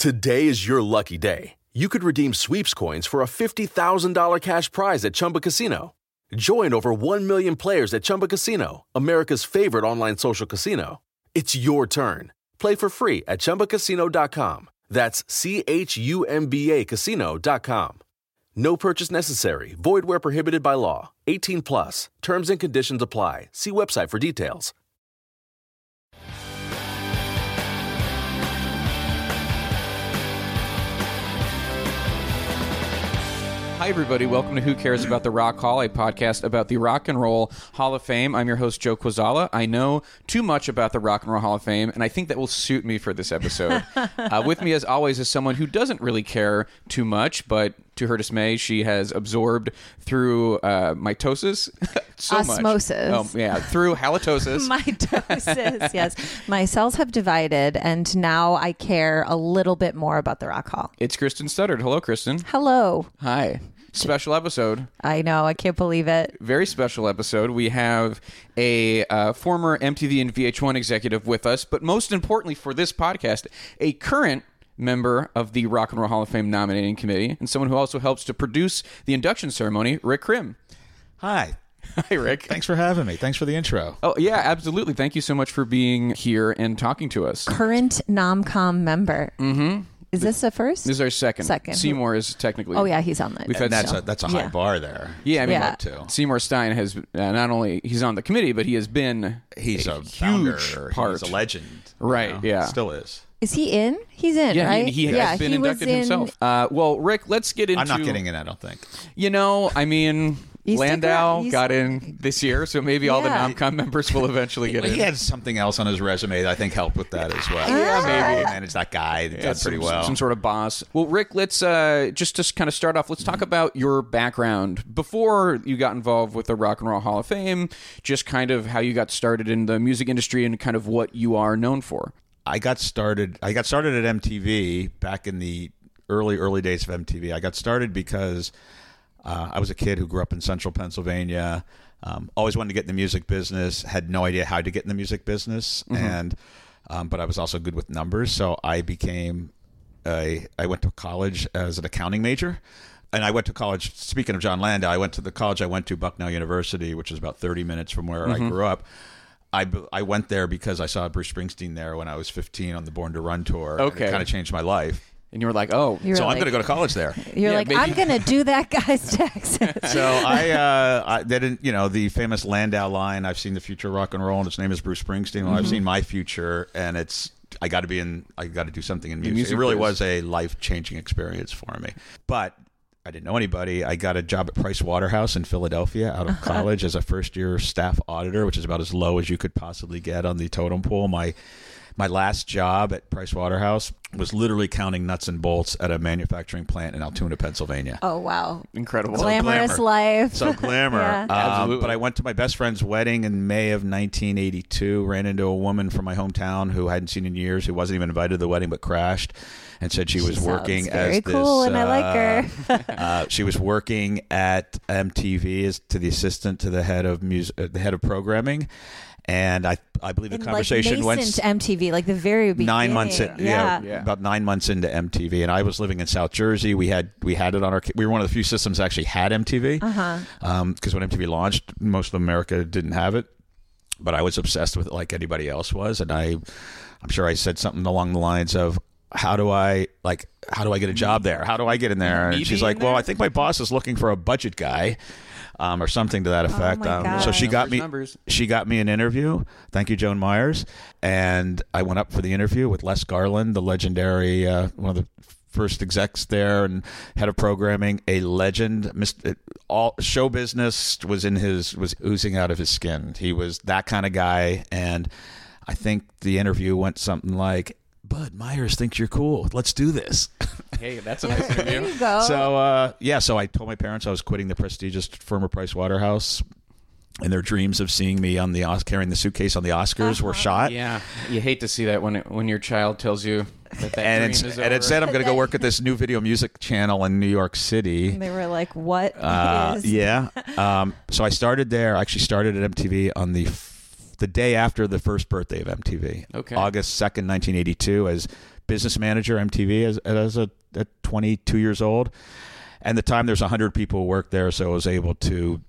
Today is your lucky day. You could redeem sweeps coins for a $50,000 cash prize at Chumba Casino. Join over 1 million players at Chumba Casino, America's favorite online social casino. It's your turn. Play for free at ChumbaCasino.com. That's C H U M B A Casino.com. No purchase necessary. Void where prohibited by law. 18 plus. Terms and conditions apply. See website for details. Hi, everybody. Welcome to Who Cares About the Rock Hall, a podcast about the Rock and Roll Hall of Fame. I'm your host, Joe Quazala. I know too much about the Rock and Roll Hall of Fame, and I think that will suit me for this episode. uh, with me, as always, is someone who doesn't really care too much, but to her dismay, she has absorbed through uh, mitosis so Osmosis. much. Oh, yeah, through halitosis. Mitosis, yes. My cells have divided, and now I care a little bit more about the Rock Hall. it's Kristen Studdard. Hello, Kristen. Hello. Hi. Special episode. I know. I can't believe it. very special episode. We have a uh, former MTV and VH1 executive with us, but most importantly for this podcast, a current member of the Rock and Roll Hall of Fame nominating committee and someone who also helps to produce the induction ceremony, Rick Krim. Hi. Hi, Rick. Thanks for having me. Thanks for the intro. Oh, yeah, absolutely. Thank you so much for being here and talking to us. Current nomcom member. Mm-hmm. Is this the first? This is our second. Second. Seymour is technically. oh, yeah, he's on that. We've had And that's some- a that's a high Yeah. bar there. Yeah, I mean, Yeah. too. Seymour Stein has uh, not only he's on the committee, but he has been He's a, huge founder. part. He's a legend. you Right, know? yeah. Still is. Is he in? He's in, Yeah, right? he, he has been he inducted was in- himself. Uh, well, Rick, let's get into. I'm not getting in. I don't think. You know, I mean, You stick around. Landau You got in this year, so maybe all the Yeah. non-com members will eventually get in. He had something else on his resume that I think helped with that as well. Yeah, maybe. He managed that guy. He Yeah, did pretty some, well. Some sort of boss. Well, Rick, let's uh, just just kind of start off. Let's Mm-hmm. talk about your background before you got involved with the Rock and Roll Hall of Fame. Just kind of how you got started in the music industry and kind of what you are known for. I got started. I got started at MTV back in the early early days of MTV. I got started because uh, I was a kid who grew up in Central Pennsylvania. Um, always wanted to get in the music business. Had no idea how to get in the music business, and um, but I was also good with numbers, so I became I I went to college as an accounting major. And I went to college. Speaking of John Landau, I went to the college I went to, Bucknell University, which is about 30 minutes from where I grew up. I, b- I went there because I saw Bruce Springsteen there when I was 15 on the Born to Run tour. and Okay. it kind of changed my life. And you were like, oh, You were so I'm like- going to go to college there. You're Yeah, like, maybe. I'm going to do that guy's taxes. So I, uh, I they didn't, you know, the famous Landau line, I've seen the future of rock and roll, and its name is Bruce Springsteen. Well, I've seen my future, and it's, I got to be in, I got to do something in music. music It really biz. was a life changing experience for me. But I didn't know anybody. I got a job at Price Waterhouse in Philadelphia out of college as a first year staff auditor, which is about as low as you could possibly get on the totem pole. My, my last job at Price Waterhouse was literally counting nuts and bolts at a manufacturing plant in Altoona, Pennsylvania. oh, wow. incredible. Glamorous glamour. life. So glamour. Yeah. Um, Absolutely. But I went to my best friend's wedding in May of 1982. Ran into a woman from my hometown who I hadn't seen in years, who wasn't even invited to the wedding, but crashed and said she, was sounds working very as cool, this, and I like her. uh, she was working at MTV as to the assistant to the head of music, uh, the head of programming. And I, I believe the In, conversation like, went nascent MTV, like the very beginning. nine months in, yeah, yeah. about nine months into MTV, and I was living in South Jersey. We had we had it on our. We were one of the few systems that actually had MTV, Uh-huh. because um, when MTV launched, most of America didn't have it. But I was obsessed with it like anybody else was, and I, I'm sure I said something along the lines of, how do I like how do I get a job there? How do I get in there? Me And she's being like, there? well, I think my boss is looking for a budget guy, um, or something to that effect. Oh, my um, so God. she got Numbers, me. numbers. She got me an interview. Thank you, Joan Myers. And I went up for the interview with Les Garland, the legendary uh, one of the first execs there and head of programming, a legend. Mr. All show business was in his was oozing out of his skin. He was that kind of guy, and I think the interview went something like. Bud Myers thinks you're cool. Let's do this. Hey, that's a nice interview. There you go. So Oh. uh, yeah, so I told my parents I was quitting the prestigious firm of Price Waterhouse, and their dreams of seeing me on the Os- carrying the suitcase on the Oscars were shot. Uh-huh. Yeah, you hate to see that when it, when your child tells you that that And dream it's is and it over. said I'm going to go work at this new video music channel in New York City. And they were like, "What is Uh, yeah. Um, so I started there. I actually started at MTV on the f- the day after the first birthday of MTV, Okay. August second, nineteen eighty two, as business manager MTV as as a at twenty two years old. And the time there's hundred people who work there, so I was able to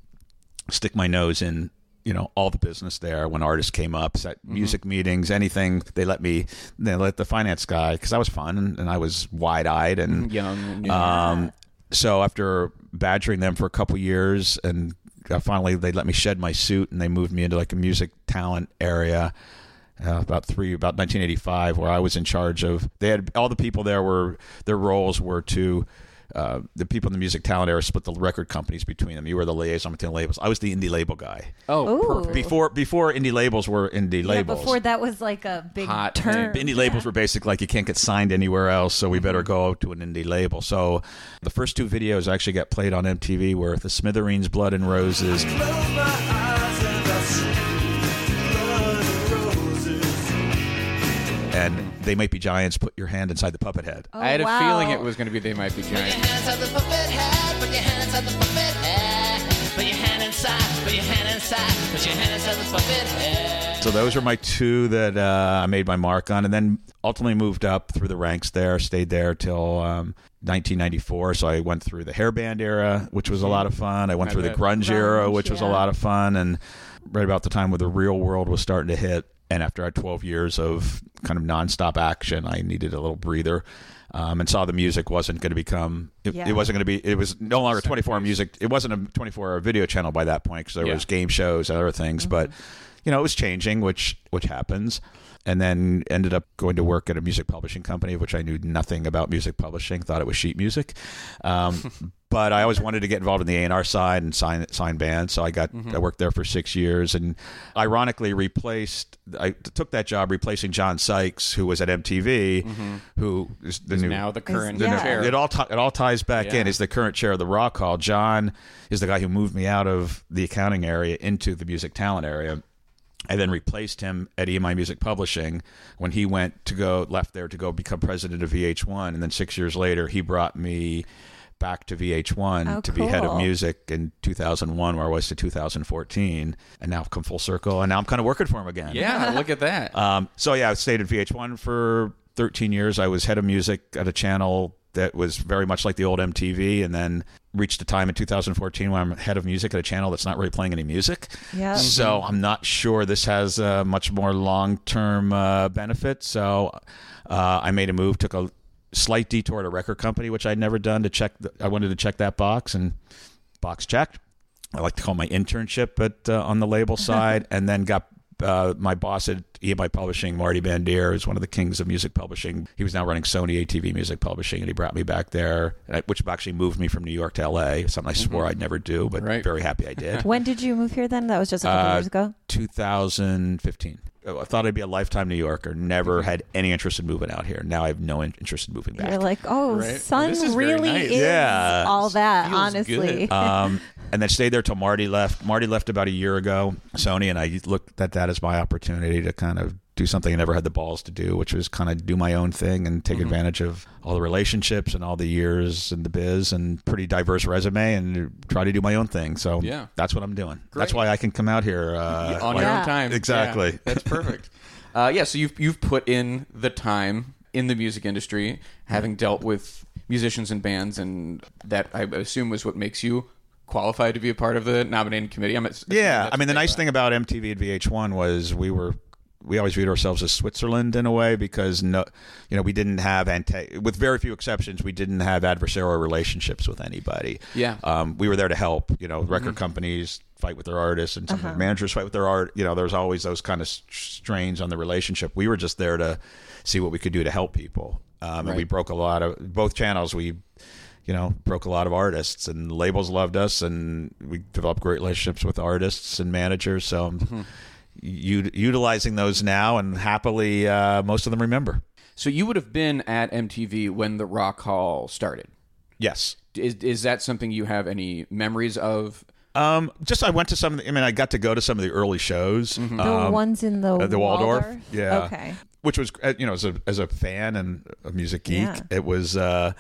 stick my nose in you know all the business there when artists came up set Mm-hmm. music meetings anything they let me they let the finance guy because i was fun and, and i was wide-eyed and Mm-hmm. young. and- um, so after badgering them for a couple years, and uh, finally they let me shed my suit, and they moved me into like a music talent area. Uh, about three, about 1985, where I was in charge of. They had all the people there were their roles were to. Uh, the people in the music talent area split the record companies between them. You were the liaison between labels. I was the indie label guy oh, Ooh. perfect. before before indie labels were indie Yeah, labels. before that was like a big Hot turn. Indie labels were basically like you can't get signed anywhere else, so we better go to an indie label. So the first two videos actually got played on MTV were The Smithereens, Blood and Roses, and They Might Be Giants, Put Your Hand Inside the Puppet Head. Oh, I had a wow. feeling it was going to be they might be Put your giant. hand inside the puppet head. Put your hand inside the puppet head. Put your hand inside. Put your hand inside. Put your hand inside the puppet head. So those were my two that uh, I made my mark on, and then ultimately moved up through the ranks there. Stayed there till um, 1994. So I went through the hair band era, which was a lot of fun. I went I through bet. the grunge, era, Grunge, which was a yeah. lot of fun, and right about the time where the real world was starting to hit. And after I had 12 years of kind of nonstop action, I needed a little breather. Um, and saw the music wasn't going to become it, Yeah. it wasn't going to be it was no longer 24 hour music it wasn't a 24 hour video channel by that point because there Yeah. Mm-hmm. was game shows and other things but you know it was changing which which happens and then ended up going to work at a music publishing company which i knew nothing about music publishing thought it was sheet music um, but i always wanted to get involved in the a&r side and sign sign bands so i got Mm-hmm. i worked there for six years and ironically replaced i took that job replacing john sykes who was at mtv who is the Mm-hmm. new Now the current yeah. chair. it all ti it all ties back Yeah. in. Is the current chair of the Rock Hall. John is the guy who moved me out of the accounting area into the music talent area. I then replaced him at EMI Music Publishing when he went to go left there to go become president of VH1, and then six years later he brought me back to VH1 Oh, to be head of cool. music in 2001, where I was to 2014, and now I've come full circle, and now I'm kind of working for him again. Yeah, look at that. Um, so yeah, I stayed at VH1 for 13 years. I was head of music at a channel that was very much like the old MTV, and then reached a time in 2014 when I'm head of music at a channel that's not really playing any music. Yeah. So I'm not sure this has uh, much more long term uh, benefit. So uh, I made a move, took a slight detour to a record company, which I'd never done to check. The, I wanted to check that box and box checked. I like to call my internship at uh, on the label side, and then got uh, my boss at EMI Publishing, Marty Bandier, who's one of the kings of music publishing. He was now running Sony ATV Music Publishing, and he brought me back there, and I- which actually moved me from New York to LA. Something I swore I'd never do, but Right. very happy I did. When did you move here? Then that was just a couple Uh, years ago. 2015. Oh, I thought I'd be a lifetime New Yorker. Never Mm-hmm. had any interest in moving out here. Now I have no in- interest in moving back. You're like, oh, Right. sun This is very really nice. is Yeah. all that. Feels honestly, good. um, and then stayed there till Marty left. Marty left about a year ago. Sony and I looked at that as my opportunity to kind of do something I never had the balls to do, which was kind of do my own thing and Mm-hmm. take advantage of all the relationships and all the years in the biz and pretty diverse resume and try to do my own thing. So Yeah. that's what I'm doing. That's Great. why I can come out here uh, on like- your Yeah. own time. Exactly. Yeah, that's perfect. Uh, yeah, so you've you've put in the time in the music industry, having dealt with musicians and bands, and that I assume was what makes you qualified to be a part of the nominating committee. I'm Yeah, I mean the nice thing about MTV and VH1 was we were we always viewed ourselves as Switzerland in a way because no, you know, we didn't have ante with very few exceptions, we didn't have adversarial relationships with anybody. Yeah. Mm-hmm. um, we were there to help. You know, record companies fight with their artists, and some Uh-huh. managers fight with their art. You know, there's always those kind of s- strains on the relationship. We were just there to see what we could do to help people, um, and we broke a lot of both channels. We you know, broke a lot of artists and labels loved us and we developed great relationships with artists and managers. So I'm u- utilizing those now and happily uh, most of them remember. So you would have been at MTV when the Rock Hall started. Yes. Is is that something you have any memories of? Um, just I went to some. of the- I mean, I got to go to some of the early shows. The ones in the, uh, the Waldorf. Yeah. Okay. Which was uh, you know as a as a fan and a music geek, Yeah. it was uh,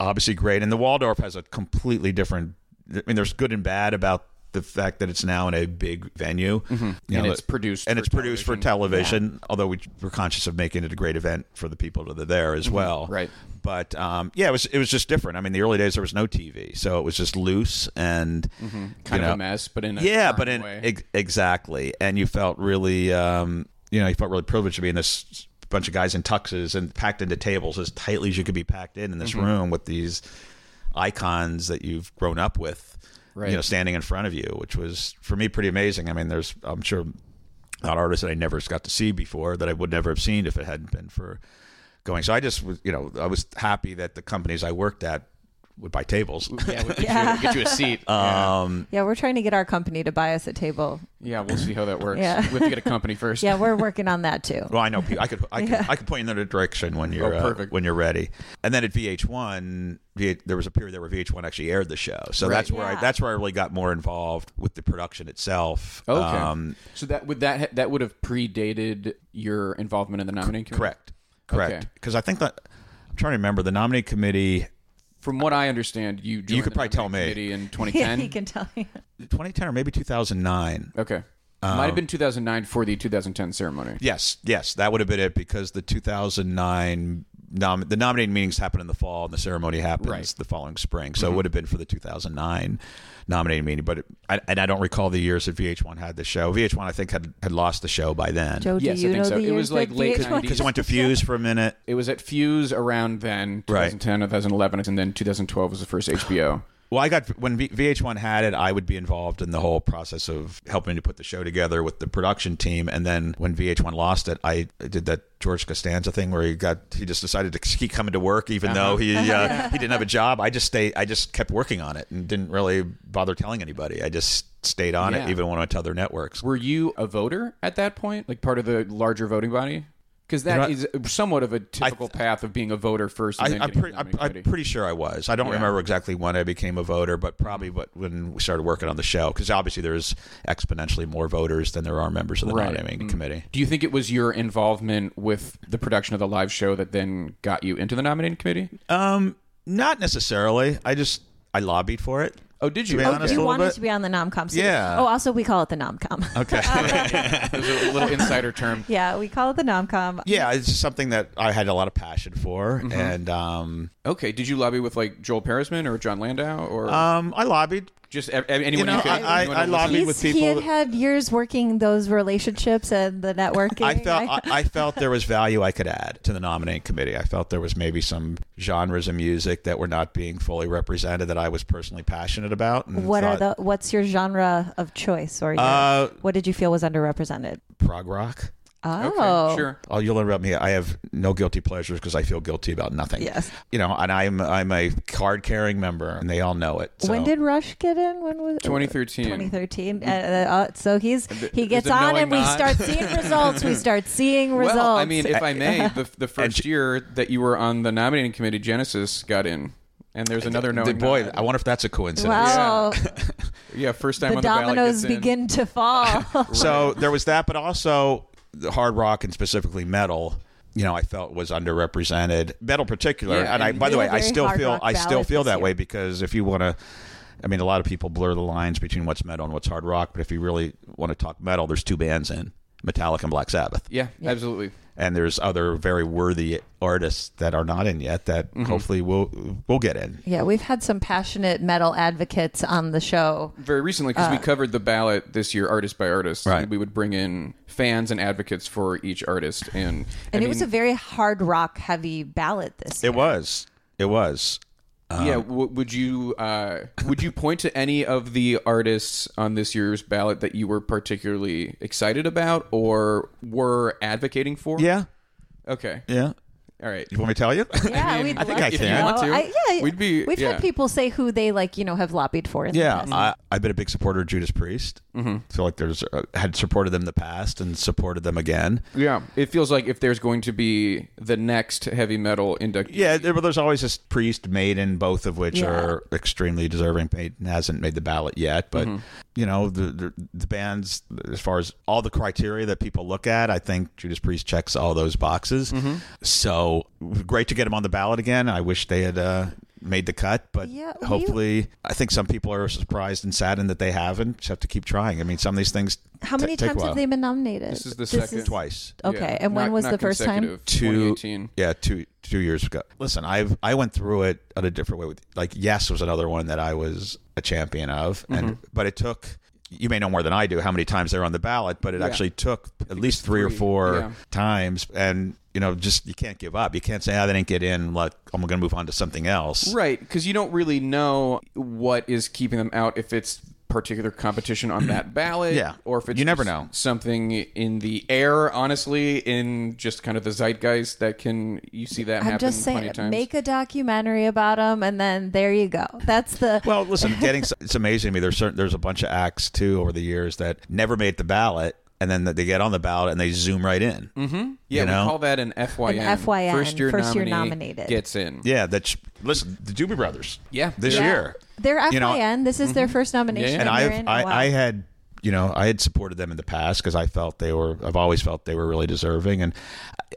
obviously great. And the Waldorf has a completely different. I mean, there's good and bad about the fact that it's now in a big venue, You Mm-hmm. And know, it's produced and for it's produced for television. Although we were conscious of making it a great event for the people that are there as well, Mm-hmm. Right. But um, yeah, it was it was just different. I mean, the early days there was no TV, so it was just loose and Kind you of know, a mess, but in a yeah charming but in way. ex- exactly and you felt really um you know you felt really privileged to be in this bunch of guys in tuxes and packed into tables as tightly as you could be packed in in this Mm-hmm. room with these icons that you've grown up with Right. you know standing in front of you which was for me pretty amazing i mean there's i'm sure not artists that i never got to see before that i would never have seen if it hadn't been for going so i just was you know i was happy that the companies i worked at would buy tables yeah, we'll get, You, get you a seat. Um, Yeah, we're trying to get our company to buy us a table. yeah, we'll see how that works. Yeah. We have to get a company first. Yeah, we're working on that too. Well, I know people. I could, I could, I could point you in the direction when you're Oh, uh, perfect. when you're ready. And then at VH1, v- there was a period there where VH1 actually aired the show, so that's where I, Yeah. that's where I really got more involved with the production itself. Okay. Um, so that would that ha- that would have predated your involvement in the nominating committee? correct, correct. Okay. Because I think that I'm trying to remember the nominee committee, From what I understand, you joined could the probably tell nominating me. committee in Yeah, 2010. he can tell you. 2010 or maybe 2009. Okay. Might have been 2009 for the 2010 ceremony. Yes, yes, that would have been it because the 2009 nom- the nominating meetings happen in the fall and the ceremony happens Right. the following spring. So it would have been for the 2009 nominating meeting, but it, I, and I don't recall the years that VH1 had the show. VH1 I think had had lost the show by then. Joe, Yes, I do you think know so. the It years was like that late VH1 90s. Because it went to Fuse for a minute. It was at Fuse around then, Right. 2010, 2011, and then 2012 was the first HBO. Well, I got when v- VH1 had it, I would be involved in the whole process of helping to put the show together with the production team. And then when VH1 lost it, I did that George Costanza thing where he got he just decided to keep coming to work even though he uh, he didn't have a job. I just stay I just kept working on it and didn't really bother telling anybody. I just stayed on Yeah. it even when I went to other networks. Were you a voter at that point, like part of the larger voting body? Because that is somewhat of a typical path of being a voter first. And I, then I'm, getting pretty, the I'm, nominating I'm committee. pretty sure I was. I don't remember exactly when I became a voter, but probably what, when we started working on the show, because obviously there's exponentially more voters than there are members of the Right. nominating committee. Do you think it was your involvement with the production of the live show that then got you into the nominating committee? Um, not necessarily. I just I lobbied for it. Oh, did To you? be Oh, honest, you a little wanted bit. to be on the nomcom. So- Yeah. Oh, also we call it the nomcom. It was a little insider term. yeah, we call it the nomcom. Yeah, it's just something that I had a lot of passion for, and um, Okay, did you lobby with like Joel Parisman or John Landau or um, I lobbied. just a- a- anyone you know, could? I- I- anyone I who lobbied listened? with He's- He people had that- had years working those relationships and the networking. I felt I, I felt there was value I could add to the nominating committee. I felt there was maybe some genres of music that were not being fully represented that I was personally passionate about. And what thought, are the what's your genre of choice or your, Uh, what did you feel was underrepresented? prog rock? Oh, Okay, sure. Oh, you'll learn about me. I have no guilty pleasures because I feel guilty about nothing. Yes. you know, and I'm I'm a card carrying member, and they all know it. So. When did Rush get in? When was 2013. 2013. Uh, uh, so he's he gets it on, knowing and we not? start seeing results. We start seeing results. Well, I mean, if I may, the, the first year that you were on the nominating committee, Genesis got in, and there's another no. The- boy, I wonder if that's a coincidence. Wow, yeah, first time Oh. the on the ballot dominoes gets in. begin to fall. So there was that, but also the hard rock and specifically metal. You know, I felt was underrepresented. Metal, in particular, Yeah, and I. and By the we way, had I very still hard feel rock I still ballads feel this that year. way because if you want to, I mean, a lot of people blur the lines between what's metal and what's hard rock. But if you really want to talk metal, there's two bands in Metallica and Black Sabbath. Yeah, absolutely. and there's other very worthy artists that are not in yet that hopefully will will get in. Yeah, we've had some passionate metal advocates on the show. very recently because we Uh. covered the ballot this year, artist by artist. Right. We would bring in fans and advocates for each artist, and And it was a very hard rock heavy ballot this year. It was, it was. yeah. W- would you uh, would you point to any of the artists on this year's ballot that you were particularly excited about or were advocating for? Yeah, Okay. yeah. All right. You want me to tell you? Yeah, we'd I think love I to can. know. If you want to, Oh, I- yeah, we'd be- We've yeah. had people say who they like, you know, have lobbied for. In the Yeah, past. I, I've been a big supporter of Judas Priest. Mm-hmm. Feel like there's uh, had supported them in the past and supported them again. Yeah. It feels like if there's going to be the next heavy metal inductee. Yeah, there, there's always this priest, maiden, both of which Yeah. are extremely deserving. Maiden hasn't made the ballot yet, but you know the, the the bands, as far as all the criteria that people look at, I think Judas Priest checks all those boxes. So great to get him on the ballot again. I wish they had. Uh, Made the cut, but Yeah, we- hopefully, I think some people are surprised and saddened that they haven't. Just have to keep trying. I mean, some of these things. How ta- many take a times while. have they been nominated? This is the second. Twice. Okay, Yeah. and when Not- was not the first time? consecutive. two 2018. yeah two two years ago listen i've i went through it on a different way with like yes was another one that i was a champion of Mm-hmm. and but it took you may know more than i do how many times they were on the ballot but it actually took at least three, or four yeah. times and you know just you can't give up you can't say i didn't get in like i'm gonna move on to something else Right, because you don't really know what is keeping them out if it's particular competition on that ballot, Yeah. or if it's You never just know. something in the air. Honestly, in just kind of the zeitgeist that can you see that I'm happen just plenty saying, of times. make a documentary about them, and then there you go. That's the Well, listen, getting it's amazing to me. There's certain there's a bunch of acts too over the years that never made the ballot, and then they get on the ballot and they zoom right in. Mm-hmm. yeah, you know? we call that an FYN. An FYN, first year first year nominee nominated. gets in. Yeah, that's listen, the Doobie Brothers. Yeah. this Yeah. year. They're FYN. You know, this is their first nomination. mm-hmm. Yeah, yeah. and they're I've, in. I, Wow. I had, you know, I had supported them in the past because I felt they were. I've always felt they were really deserving. And uh,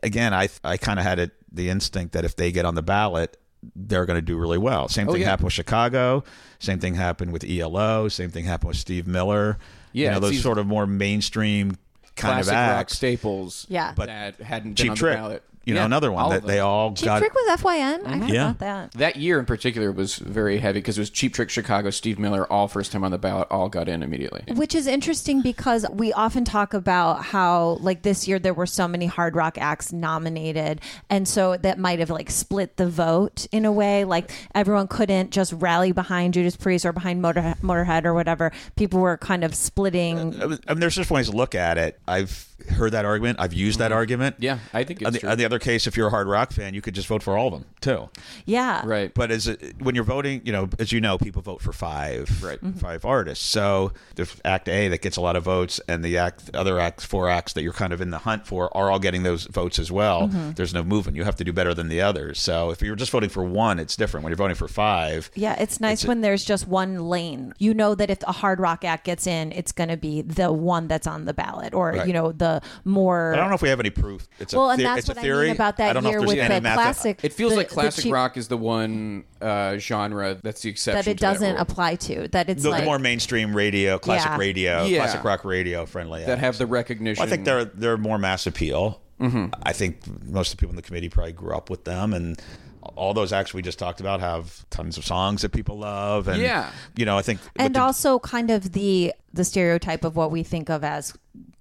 again, I, I kind of had it, the instinct that if they get on the ballot, they're going to do really well. Same thing Oh, yeah. happened with Chicago. Same thing happened with ELO. Same thing happened with Steve Miller. Yeah, you know, it's those these sort of more mainstream kind Classic of rock acts. staples. Yeah. But that hadn't been Cheap on Trick, the ballot. you know, Yeah, another one of that they them. all Cheap got. Trick was FYN. I forgot Yeah. that. That year in particular was very heavy because it was Cheap Trick Chicago, Steve Miller, all first time on the ballot, all got in immediately. Which is interesting because we often talk about how, like, this year there were so many hard rock acts nominated. And so that might have, like, split the vote in a way. Like, everyone couldn't just rally behind Judas Priest or behind Motor- Motorhead or whatever. People were kind of splitting. Uh, I mean, I mean, there's just ways to look at it. I've heard that argument. I've used that argument. Mm-hmm. Yeah, I think it's on the, true. on the other case, if you're a hard rock fan, you could just vote for all of them too. Yeah. right. But as it, when you're voting, you know, as you know, people vote for five, Right. five Mm-hmm. artists. So the act A that gets a lot of votes, and the act, the other acts, four acts that you're kind of in the hunt for are all getting those votes as well. Mm-hmm. There's no movement. You have to do better than the others. So if you're just voting for one, it's different. When you're voting for five, Yeah, it's nice when there's just one lane. You know that if a hard rock act gets in, it's going to be the one that's on the ballot or, Right. you know, the more. I don't know if we have any proof. It's Well, a and the- that's it's what a I theory. mean about I that don't know if year there's with any the math- classic. It feels the- like the classic cheap- rock is the one uh, genre that's the exception. that it to that doesn't rule. apply to. That it's the, the like more mainstream radio, classic Yeah. radio, Yeah. classic rock radio friendly. That acts. have the recognition. Well, I think they're they're more mass appeal. Mm-hmm. I think most of the people in the committee probably grew up with them, and all those acts we just talked about have tons of songs that people love. And Yeah. you know, I think but and the- also kind of the the stereotype of what we think of as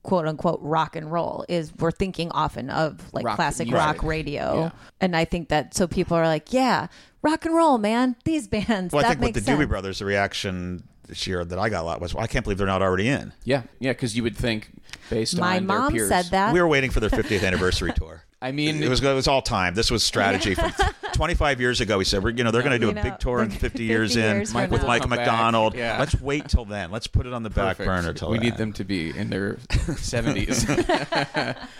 quote unquote rock and roll is we're thinking often of like Rock classic music. rock radio Yeah. and i think that so people are like yeah rock and roll man these bands well, that I think with makes the sense Doobie Brothers, the reaction this year that I got a lot was, well, I can't believe they're not already in. yeah, yeah, because you would think based my on their mom peers. said that We were waiting for their 50th anniversary tour. I mean- it was it was all time. This was strategy from 25 years ago. We said, we're, you know, they're going to do You a know, big tour in they're 50 gonna- years 50 in years from with now. Michael Come back. McDonald. Yeah. Let's wait till then. Let's put it on the Perfect. back burner till we then. need them to be in their 70s.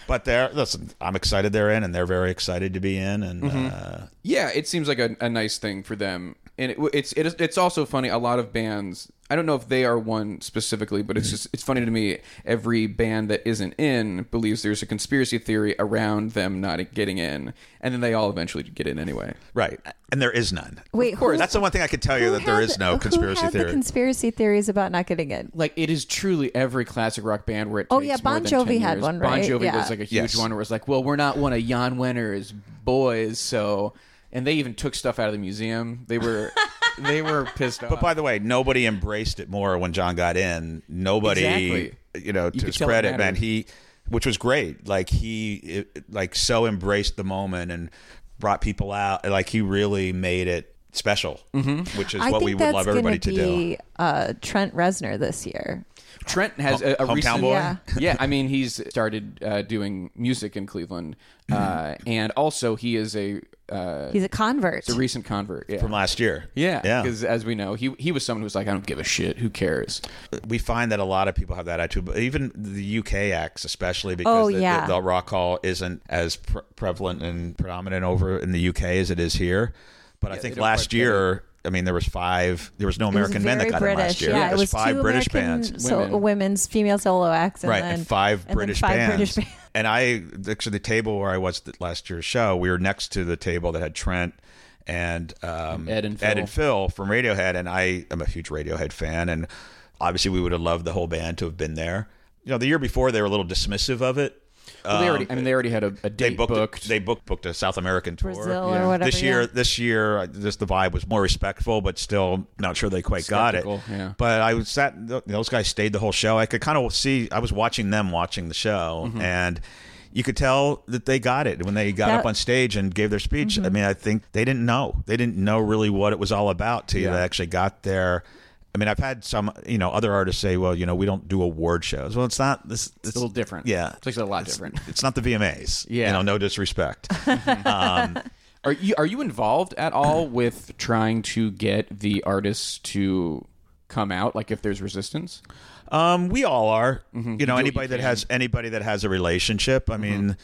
But they're listen. I'm excited they're in, and they're very excited to be in. And uh, yeah, it seems like a, a nice thing for them. And it, it's it is, it's also funny. A lot of bands. I I don't know if they are one specifically, but it's just it's funny to me. Every band that isn't in believes there's a conspiracy theory around them not getting in, and then they all eventually get in anyway. Right. And there is none. Wait, of course. who- That's the one thing I could tell you Who that there had is the- no who conspiracy had the theory. conspiracy theories about not getting in. Like it is truly every classic rock band where it. Oh, takes yeah, more Bon than 10 Jovi had years. one, Bon right? Jovi Yeah. was like a huge Yes. one where it was like, well, we're not one of Jan Wenner's boys, so and they even took stuff out of the museum. They were they were pissed off. but by the way, nobody embraced it more when John got in. Nobody, Exactly. you know, You to could his tell it credit, man, mattered. he, which was great. Like he, it, like so embraced the moment and brought people out. Like he really made it special, Mm-hmm. which is I what think we would that's love gonna everybody to do. be, Uh, Trent Reznor this year. Trent has a, a Hometown recent, boy? Yeah. yeah. I mean, he's started uh, doing music in Cleveland, uh, Mm-hmm. and also he is a uh, He's a convert. a recent convert. Yeah. From last year, yeah, yeah. Because as we know, he he was someone who was like, I don't give a shit. Who cares? we find that a lot of people have that attitude, but even the UK acts, especially because Oh, the, yeah. the, the rock hall isn't as pre- prevalent and predominant over in the UK as it is here. But I think don't last quite get year, I mean, there was five. There was no American it was men that very got British. in last year. Yeah, There it was five two British American bands. So, Women. women's female solo acts, and Right, then and five and then British five bands. British bands. And I, actually, the table where I was at last year's show, we were next to the table that had Trent and um, Ed and Ed Phil. and Phil from Radiohead, and I am a huge Radiohead fan, and obviously we would have loved the whole band to have been there. You know, the year before they were a little dismissive of it. Um, Well, they already, I mean, they already had a, a They date booked, booked. they booked booked a South American tour. Brazil or whatever, This year, yeah. this year, uh, just the vibe was more respectful, but still not sure they quite Skeptical, got it. yeah. But I was sat; those guys stayed the whole show. I could kind of see. I was watching them watching the show, Mm-hmm. and you could tell that they got it when they got That- Mm-hmm. up on stage and gave their speech. I mean, I think they didn't know. They didn't know really what it was all about till they actually got there. I mean, I've had some, you know, other artists say, "Well, you know, we don't do award shows." Well, it's not this. It's, a little different. Yeah, It's a lot different. It's not the VMAs. Yeah. you know, no disrespect. Are you are you involved at all with trying to get the artists to come out? Like if there's resistance, Um, we all are. You know, anybody that has anybody that has a relationship. I mean,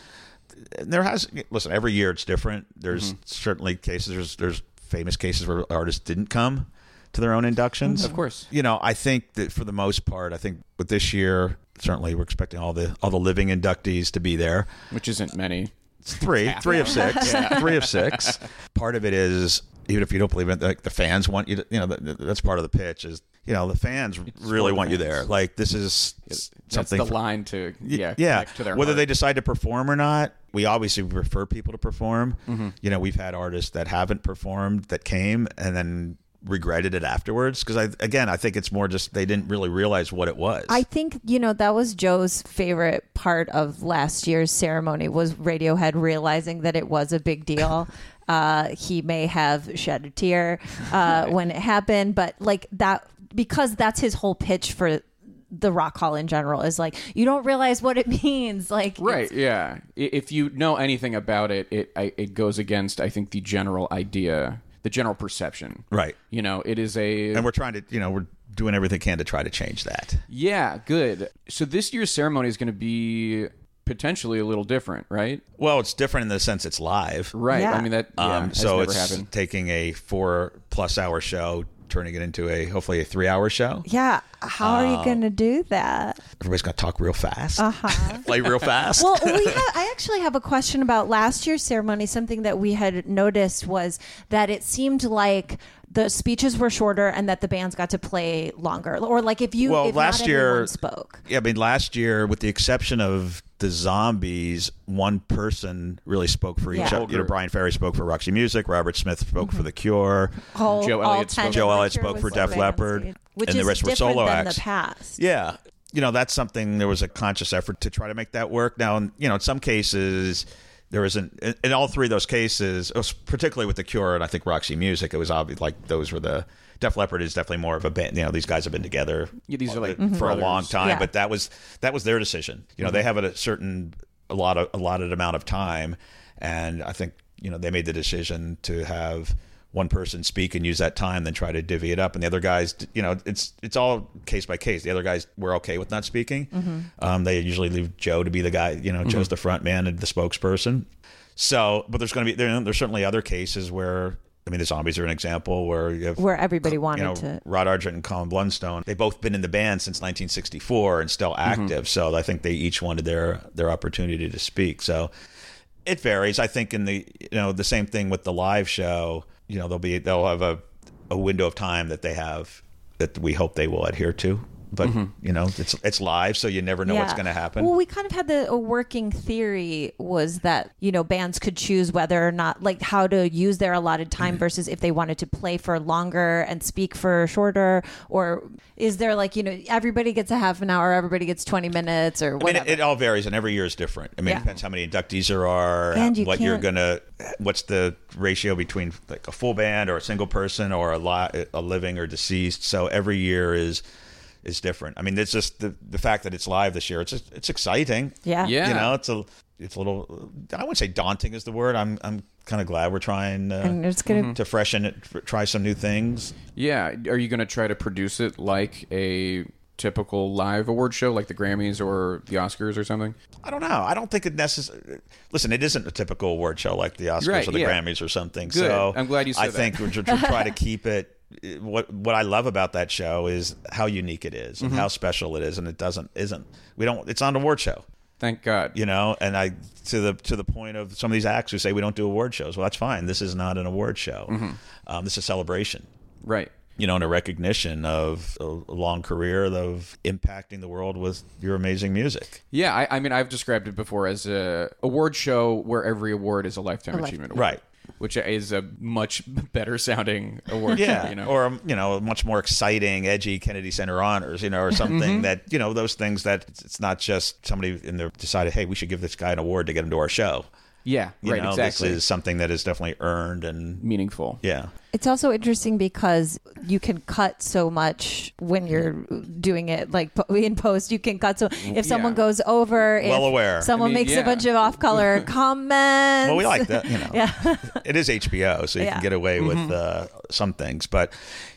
there has listen. Every year it's different. There's certainly cases. There's there's famous cases where artists didn't come to their own inductions. of course. You know, I think that for the most part, I think with this year, certainly we're expecting all the all the living inductees to be there. Which isn't many. It's three, three of six, three of six. Part of it is even if you don't believe it, like the fans want you to. You know, th th- that's part of the pitch is you know the fans really for the want you fans. there. Like this is That's s- something the for- line to yeah connect to their whether heart. they decide to perform or not we obviously prefer people to perform Mm-hmm. you know we've had artists that haven't performed that came and then regretted it afterwards because i again i think it's more just they didn't really realize what it was I think you know that was Joe's favorite part of last year's ceremony was Radiohead realizing that it was a big deal. uh, he may have shed a tear uh, when it happened, but like that because that's his whole pitch for the rock hall in general is like you don't realize what it means. Like it's- Right. Yeah. I- If you know anything about it, it I, it goes against I think the general idea, the general perception. Right. You know, it is a and we're trying to you know we're doing everything we can to try to change that yeah, good. So this year's ceremony is going to be potentially a little different, right? well it's different in the sense it's live Right. Yeah. I mean that yeah, um, has so never it's happened. taking a four plus hour show turning it into a hopefully a three hour show Yeah, how are Uh, you going to do that? everybody's gonna talk real fast Uh-huh. play real fast Well, we have, I actually have a question about last year's ceremony. Something that we had noticed was that it seemed like the speeches were shorter and that the bands got to play longer. Or like if you Well, if last not year- everyone spoke. Yeah, I mean, last year, with the exception of the zombies, one person really spoke for each. Yeah. of You know, Brian Ferry spoke for Roxy Music. Robert Smith spoke Mm-hmm. for The Cure. All, Joe all Elliott spoke- 10 Joe of Elliott last year spoke was for the Def bands, Leopard, which and the is rest were different solo than acts. the past. Yeah, you know, that's something. There was a conscious effort to try to make that work. Now, in- you know, in some cases. There isn't in- in all three of those cases, particularly with the Cure and I think Roxy Music. It was obvious like those were the Def Leppard is definitely more of a band. You know, these guys have been together Yeah, these are like uh, for a long time, Yeah. but that was that was their decision. You know, Mm-hmm. they have a certain a lot of allotted amount of time, and I think you know they made the decision to have one person speak and use that time, then try to divvy it up, and the other guys, you know, it's it's all case by case. The other guys were okay with not speaking. Um, they usually leave Joe to be the guy. You know, Joe's Mm-hmm. the front man and the spokesperson. So, but there's going to be there, there's certainly other cases where I mean, the zombies are an example where you have where everybody wanted you know, to. Rod Argent and Colin Blunstone. They've both been in the band since 1964 and still Mm-hmm. active. So I think they each wanted their their opportunity to speak. So it varies. I think in the you know the same thing with the live show. You know they'll be they'll have a a window of time that they have that we hope they will adhere to. But you know it's it's live, so you never know Mm-hmm. what's Yeah. going to happen. Well, we kind of had the a working theory was that you know bands could choose whether or not like how to use their allotted time Mm-hmm. versus if they wanted to play for longer and speak for shorter, or is there like you know everybody gets a half an hour, everybody gets twenty minutes, or I mean, whatever. it, it all varies, and every year is different. I mean, Yeah. it depends how many inductees there are, uh, And you what you're can't- gonna, what's the ratio between like a full band or a single person or a li- a living or deceased. So every year is is different. I mean, it's just the the fact that it's live this year. It's just, it's exciting. yeah. Yeah. you know, it's a it's a little. I wouldn't say daunting is the word. I'm I'm kind of glad we're trying And uh, it's gonna to freshen it, f- try some new things. Yeah. Are you going to try to produce it like a typical live award show, like the Grammys or the Oscars or something? I don't know. I don't think it necessarily. Listen, it isn't a typical award show like the Oscars Right, or the yeah. Grammys or something. Good. So I'm glad you said I that. think we're tr- tr- try to keep it. What what I love about that show is how unique it is Mm-hmm. and how special it is, and it doesn't isn't. We don't. It's not an award show, Thank God. you know. And I to the to the point of some of these acts who say we don't do award shows. Well, that's fine. This is not an award show. Mm-hmm. Um, this is a celebration Right. you know, and a recognition of a long career of impacting the world with your amazing music. Yeah. I, I mean, I've described it before as a award show where every award is a lifetime achievement award. Right. Which is a much better sounding award. Yeah, show, you know. or um, you know, much more exciting, edgy Kennedy Center honors, you know, or something Mm-hmm. that you know those things that it's- it's not just somebody in there decided, hey, we should give this guy an award to get him to our show. yeah. You right. know, exactly. this is something that is definitely earned and meaningful. yeah, It's also interesting because you can cut so much when you're doing it, like po- in post. You can cut so if someone Yeah. goes over, Mm-hmm. Well if aware. someone I mean, makes yeah. a bunch of off-color comments. Well, we like that. You know, it is HBO, so you Yeah. can get away Mm-hmm. with uh, some things. But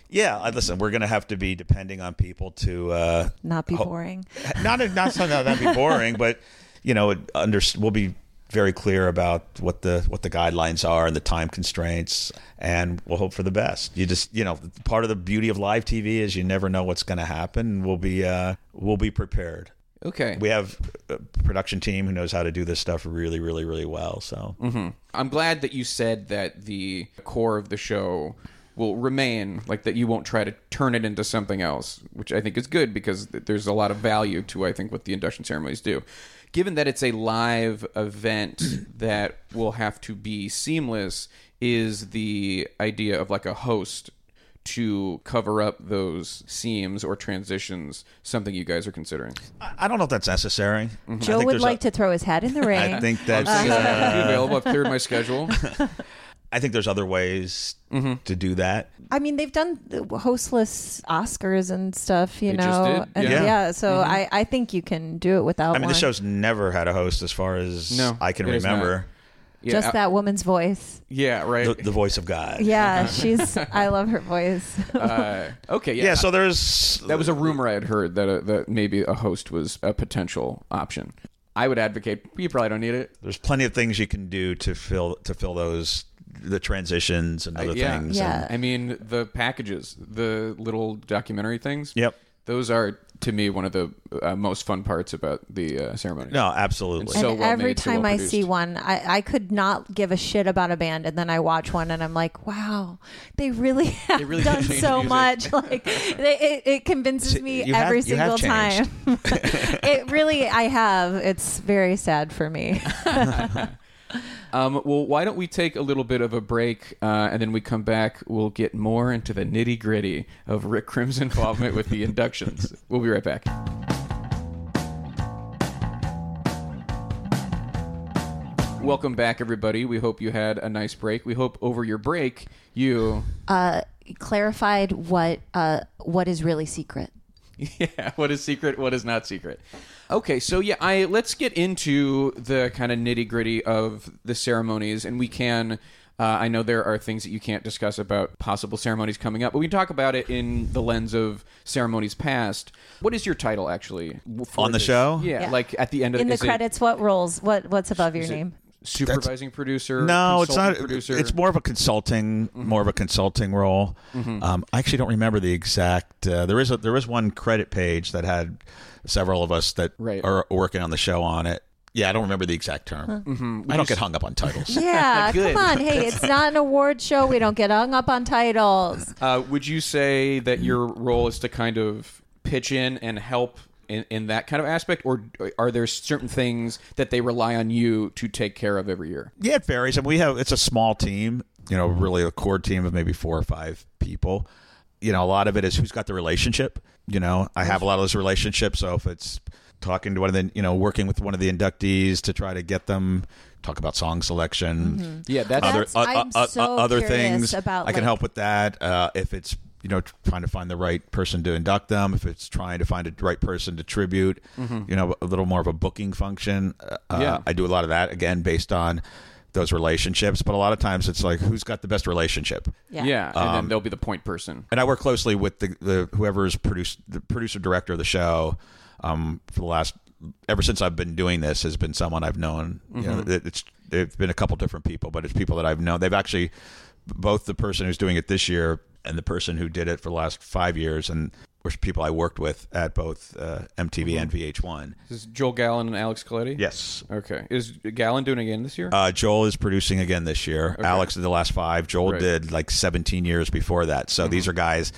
yeah, I- listen, we're going to have to be depending on people to uh, Not be ho- boring. Not not something that'd be boring, but you know, it under, we'll be very clear about what the what the guidelines are and the time constraints, and we'll hope for the best. You just you know, part of the beauty of live TV is you never know what's going to happen. We'll be uh, we'll be prepared. Okay. We have a production team who knows how to do this stuff really, really, really well. So. I'm glad that you said that the core of the show will remain, like that you won't try to turn it into something else, which I think is good because th- there's a lot of value to, I think, what the induction ceremonies do. Given that it's a live event that will have to be seamless, is the idea of like a host to cover up those seams or transitions something you guys are considering? I- I don't know if that's necessary. I Joe think would there's like to a- throw his hat in the ring. I think that's. Are you Uh, available? I've cleared my schedule. I think there's other ways to do that. I mean, they've done hostless Oscars and stuff, you They just know. did, And yeah. Mm-hmm. yeah. so I, I think you can do it without. I mean, one. the show's never had a host as far as No, I can it has remember. Yeah, just uh, that woman's voice. Yeah, right. The, the voice of God. Yeah, she's. I love her voice. Uh, okay, yeah. Yeah. So there's. that was a rumor I had heard that uh that maybe a host was a potential option. I would advocate you probably don't need it. there's plenty of things you can do to fill to fill those the transitions and other Uh, yeah. things. um, Yeah. and- I mean the packages, the little documentary things. Yep. Those are to me one of the uh, most fun parts about the uh, ceremony. no, absolutely. And so- and well every made, so time well I produced. see one, I, I could not give a shit about a band, and then I watch one, and I'm like, wow, they really have really did done change so music. much. Like, they, it, it convinces me You have- every you have single time. it really, I have. It's very sad for me. Um, well, why don't we take a little bit of a break uh, and then we come back? We'll get more into the nitty gritty of Rick Krim's involvement with the inductions. We'll be right back. Welcome back, everybody. We hope you had a nice break. We hope over your break, you. Clarified what uh, what is really secret. yeah, what is secret? What is not secret? Okay, so yeah, I let's get into the kind of nitty gritty of the ceremonies, and we can. Uh, I know there are things that you can't discuss about possible ceremonies coming up, but we can talk about it in the lens of ceremonies past. What is your title actually for On the this? show? Yeah, Yeah. like at the end of In the is it- credits, what roles? What what's above your name? supervising producer. No, it's consultant not. Producer. Mm-hmm. It's more of a consulting, more of a consulting role. Um, I actually don't remember the exact. Uh, there is a there is one credit page that had several of us that Right. are working on the show on it. Yeah, I don't remember the exact term. Mm-hmm. I don't get hung up on titles. Yeah, Good. come on. Hey, it's not an award show. We don't get hung up on titles. Uh, would you say that Mm-hmm. your role is to kind of pitch in and help in, in that kind of aspect, or are there certain things that they rely on you to take care of every year? Yeah, it varies. And we have it's a small team, you know, really a core team of maybe four or five people. You know, a lot of it is who's got the relationship. You know, I have a lot of those relationships. So if it's talking to one of the, you know, working with one of the inductees to try to get them talk about song selection, Yeah, that's other That's- o- I'm o- o- so other curious things. about, I can like- help with that. Uh, if it's you know trying to find the right person to induct them, if it's trying to find a right person to tribute, you know, a little more of a booking function. Uh, Yeah. I do a lot of that again based on those relationships, but a lot of times it's like who's got the best relationship. yeah, and Um, then they'll be the point person. And I work closely with the, the whoever's produced the producer director of the show um, for the last ever since I've been doing this has been someone I've known. You Mm-hmm. know, it- it's it's been a couple different people, but it's people that I've known. They've actually both the person who's doing it this year and the person who did it for the last five years, and were people I worked with at both uh, MTV Mm-hmm. and VH1. Is Joel Gallen and Alex Coletti? Yes. Okay. Is Gallen doing it again this year? Uh, Joel is producing again this year. Alex did the last five. Joel Right. Mm-hmm. did like 17 years before that. So these are guys.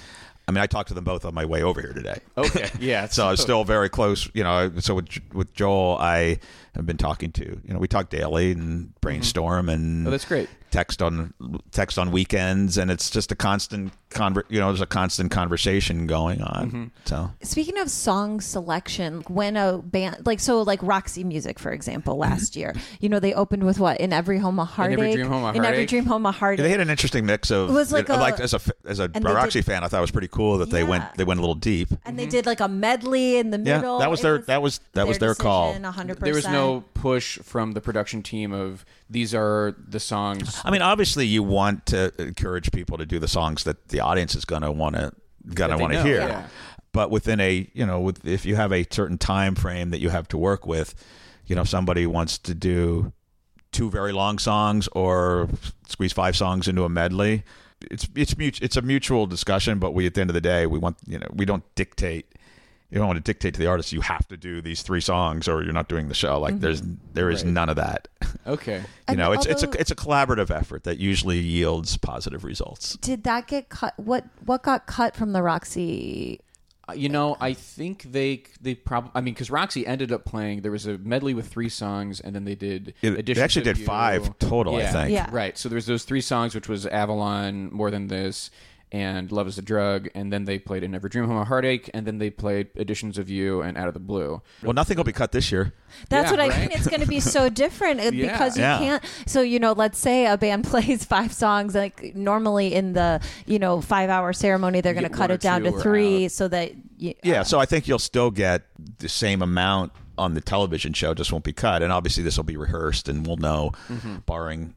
I mean, I talked to them both on my way over here today. okay. Yeah. so I'm still very close. You know, so with with Joel, I have been talking to. You know, we talk daily and brainstorm and Mm-hmm. Oh, that's great. Text on text on weekends, and it's just a constant conver- You know, there's a constant conversation going on. Mm-hmm. So Speaking of song selection, when a band like so like Roxy Music, for example, last year, you know, they opened with what? In every home a heartache. Dream Home, a In every Heartache. dream home a heartache. Yeah, they had an interesting mix of. It was like I a- liked- as a f- as a they Roxy did- fan, I thought it was pretty cool that they Yeah. went they went a little deep. and they did like a medley in the Yeah, middle. that was It their- that was- that was their call. decision, 100%. There was no push from the production team of these are the songs. I mean, obviously, you want to encourage people to do the songs that the audience is going to want to going That they to want to know, hear. yeah. But within a you know, with if you have a certain time frame that you have to work with, you know, if somebody wants to do two very long songs or squeeze five songs into a medley. It's it's mut- it's a mutual discussion, but we at the end of the day we want you know we don't dictate. You don't want to dictate to the artist you have to do these three songs or you're not doing the show. Mm-hmm. Like there's there is none of that. Okay. you And know, it's it's although- a it's a collaborative effort that usually yields positive results. Did that get cut? What what got cut from the Roxy? Uh, You know, I think they they probably. I mean, because Roxy ended up playing. There was a medley with three songs, and then they did. It- they Addition actually to did You. five total, I Yeah. think. Yeah. Right. So there's those three songs, which was Avalon, More Than This, and Love Is a Drug, and then they played In Every Dream Home a Heartache, and then they played Editions of You and Out of the Blue. Well, nothing will be cut this year. That's Yeah, what I right? mean. It's going to be so different it- Yeah. because you Yeah. can't. So you know, let's say a band plays five songs. Like normally in the you know five hour ceremony, they're going get to cut one or it down to two or three out. so that you, Yeah, so I think you'll still get the same amount on the television show, just won't be cut. And obviously, this will be rehearsed, and we'll know, Mm-hmm. barring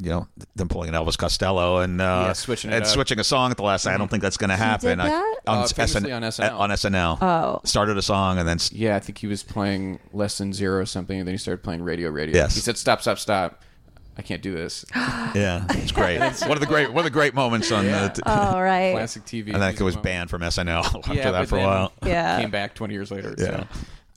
you know them pulling an Elvis Costello and uh, Yeah, switching it and up. Mm-hmm. switching a song at the last. I don't think that's going to happen. did that? I, on, Uh, famously on SNL. On SNL, Oh. started a song and then s- Yeah, I think he was playing Less Than Zero or something, and then he started playing Radio Radio. Yes. He said, "Stop, stop, stop! I can't do this." Uh. yeah, it's great. one of the great one of the great moments on the. T- all Oh, right. Classic TV. I think it was banned. banned from SNL after yeah, that but for a then while. Yeah. Came back 20 years later. Yeah. So.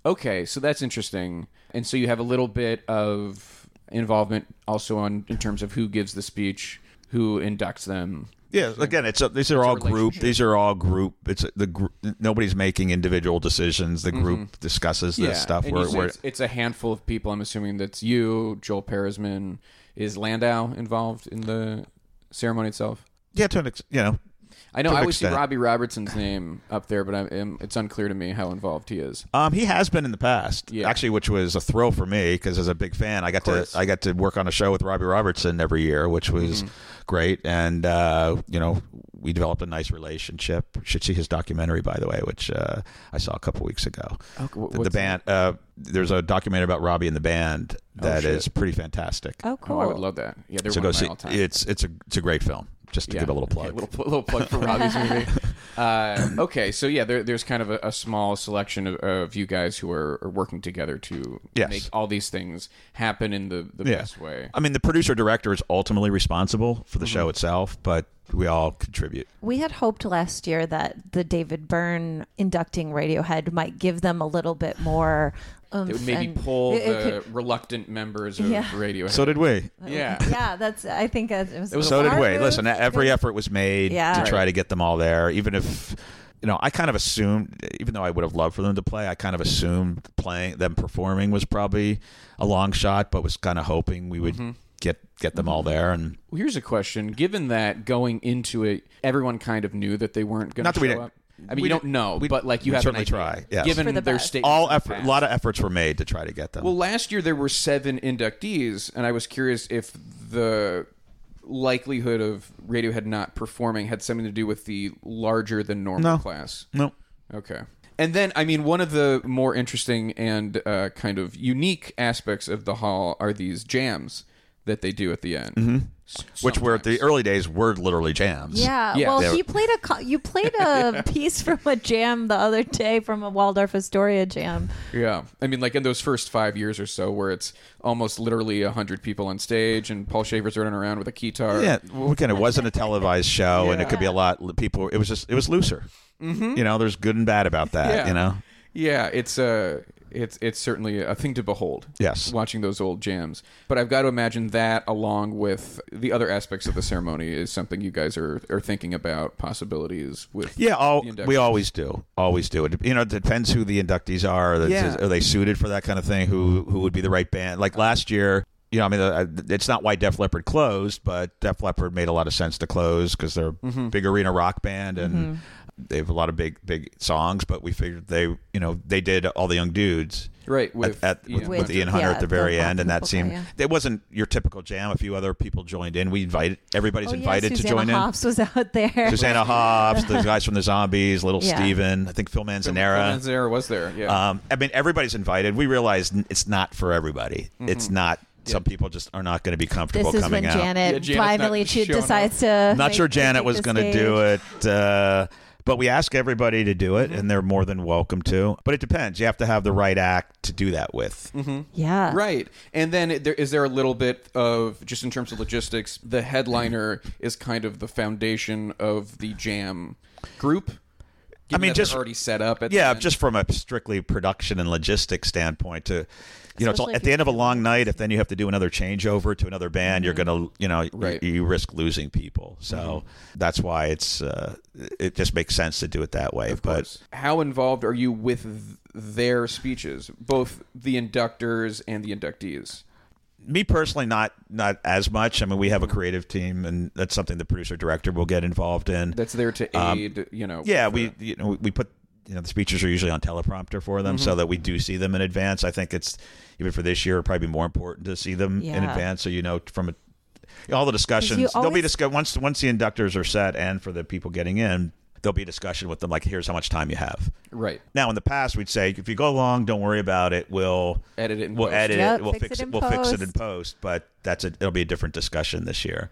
Okay, so that's interesting. And so you have a little bit of involvement also on in terms of who gives the speech, who inducts them. Yeah, again, it's a, these are all group. These are all group. It's the gr- nobody's making individual decisions. The group discusses this stuff. Mm-hmm. and you say it's, it's a handful of people. I'm assuming that's you, Joel Perisman. Is Landau involved in the ceremony itself? yeah, to an ex- you know, I know To an I always see extent. Robbie Robertson's name up there, but I'm, it's unclear to me how involved he is. um, he has been in the past Yeah. actually, which was a thrill for me because as a big fan, I got to I got to work on a show with Robbie Robertson every year, which Mm-hmm. was great. And uh, you know, we developed a nice relationship. You Should see his documentary, by the way, which uh, I saw a couple weeks ago. wh- The- the, what's band. Uh, there's a documentary about Robbie and the band that is pretty fantastic. Oh, Oh, cool. I would love that. Yeah, they're So one go of my see. all time. It's it's a it's a great film. just to Yeah. give a little Okay, plug. little, pl- little plug for Robbie's movie. Uh, okay, so yeah, there, there's kind of a, a small selection of, of you guys who are, are working together to Yes. Uh, make all these things happen in the, the best way. Mm-hmm. I mean, the producer director is ultimately responsible for the show itself, but we all contribute. We had hoped last year that the David Byrne inducting Radiohead might give them a little bit more. Oomph It would maybe and- pull it- it the could- reluctant members of Yeah. Radiohead. So did we. yeah. yeah, that's. I think it was. a so did smart we. move. Listen, every effort was made Yeah. to try to get them all there, even if you know. I kind of assumed, even though I would have loved for them to play, I kind of assumed playing them performing was probably a long shot, but was kind of hoping we Mm-hmm. would get get them all there. And Well, here's a question: Given that going into it, everyone kind of knew that they weren't going Not to that show we didn't- up. I mean, you we don't didn't- know, we- but like you we have an certainly idea. try, yes. Given For the their best. statements all in the effort, a past. lot of efforts were made to try to get them. Well, last year there were seven inductees, and I was curious if the likelihood of Radiohead not performing had something to do with the larger than normal No. class. no. Okay. And then, I mean, one of the more interesting and uh, kind of unique aspects of the hall are these jams that they do at the end, Mm-hmm. Which were early. the early days were literally jams. Yeah, Yeah. well, They he played a co- you played a piece from a jam the other day from a Waldorf Astoria jam. Yeah, I mean, like in those first five years or so, where it's almost literally hundred people on stage, and Paul Shaver's running around with a guitar. Yeah, well, again, it wasn't a televised show, and it could be a lot. People, it was just, it was looser. You know, there's good and bad about that. Mm-hmm. Yeah. You know, yeah, it's uh, it's it's certainly a thing to behold. Yes. watching those old jams. But I've got to imagine that, along with the other aspects of the ceremony, is something you guys are are thinking about possibilities with. yeah, uh, all, the inductees. we always do, always do. It, you know, it depends who the inductees are. That's- Yeah. are they suited for that kind of thing? Who who would be the right band? Like last year, you know, I mean, uh, it's not why Def Leppard closed, but Def Leppard made a lot of sense to close because they're Mm-hmm. a big arena rock band and. They have a lot of big, big songs, but we figured they, you know, they did all the young dudes, Right, with at, at, Ian with, with Hunter. Ian Hunter Yeah, at the the very rock end, and that people seemed guy, it wasn't your typical jam. A few other people joined in. We invited everybody's Oh, yeah, invited to Susanna join in. Hoffs was out there. Susanna Hobbs, the guys from the Zombies, Little Yeah. Steven, I think Phil Manzanera. Manzanera was there. Yeah, Um, I mean, everybody's invited. We realized n- it's not for everybody. It's not. Some people just are not going to be comfortable This is when coming out. Yeah, Janet Janet's not finally she showing decides to. I'm not make- sure to Janet take was the going to stage. do it, uh, but we ask everybody to do it, and they're more than welcome to. But it depends. You have to have the right act to do that with. Yeah, Right. And then it- there is there a little bit of just in terms of logistics, the headliner is kind of the foundation of the jam group. given mean, that they're just- already set up. At the yeah end. just from a strictly production and logistics standpoint to you know it's all, Especially if at the you- end of a long night if then you have to do another changeover to another Mm-hmm. band you're gonna you know Right. you, you risk losing people so Mm-hmm. that's why it's uh, it just makes sense to do it that way but how involved are you with th- their speeches, both the inductors and the inductees? me personally not not as much i mean we have a Mm-hmm. creative team and that's something the producer director will get involved in That's there to aid, you know. Um, Yeah, for- uh, we you know we- we put you know the speeches are usually on teleprompter for them Mm-hmm. so that we do see them in advance. I think it's even for this year it'd probably be more important to see them in Yeah. advance so you know from a, all the discussions there'll be always- discuss once once the inductors are set and for the people getting in there'll be a discussion with them like here's how much time you have. right. Now in the past we'd say if you go long don't worry about it we'll Edit it in we'll post. edit Yep, it we'll fix fix, it it, in we'll fix it in post. post but that's a, it'll be a different discussion this year.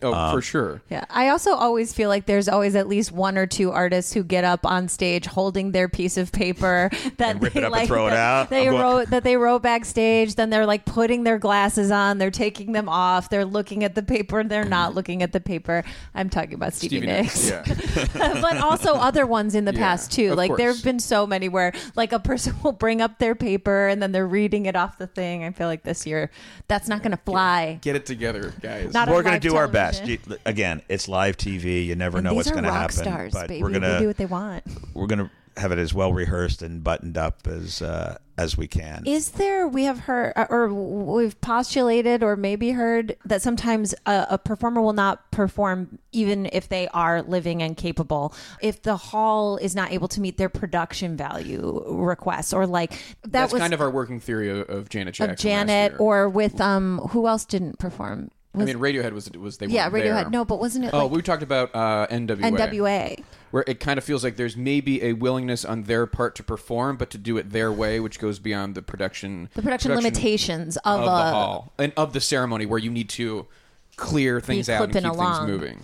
Oh, Um, for sure. Yeah, I also always feel like there's always at least one or two artists who get up on stage holding their piece of paper that And rip they it up and like throw it that out. They I'm going- wrote that they wrote backstage. Then they're like putting their glasses on. They're taking them off. They're looking at the paper. They're not looking at the paper. I'm talking about Stevie, Stevie Nicks, Nicks, yeah. but also other ones in the Yeah, past too. of Like there course. have been so many where like a person will bring up their paper and then they're reading it off the thing. I feel like this year that's not going to fly. Get it together, guys. Not on we're going live to do our best. television. You- again, it's live TV. You never And know these what's are going to rock happen. stars, but baby. we're going they do to what they want. we're going to have it as well rehearsed and buttoned up as uh, as we can. Is there, we have heard, uh, or we've postulated, or maybe heard that sometimes a, a performer will not perform even if they are living and capable, if the hall is not able to meet their production value requests, or like that That's was kind of our working theory of, of Janet Jackson. of last Janet, year. or with um, who else didn't perform? I Was, mean, Radiohead was was they? yeah, weren't Radiohead. there. No, but wasn't it Oh, like we talked about uh, NWA. NWA? where it kind of feels like there's maybe a willingness on their part to perform, but to do it their way, which goes beyond the production, The production, limitations of, of a the hall and of the ceremony, where you need to clear things out and clipping keep along. things moving.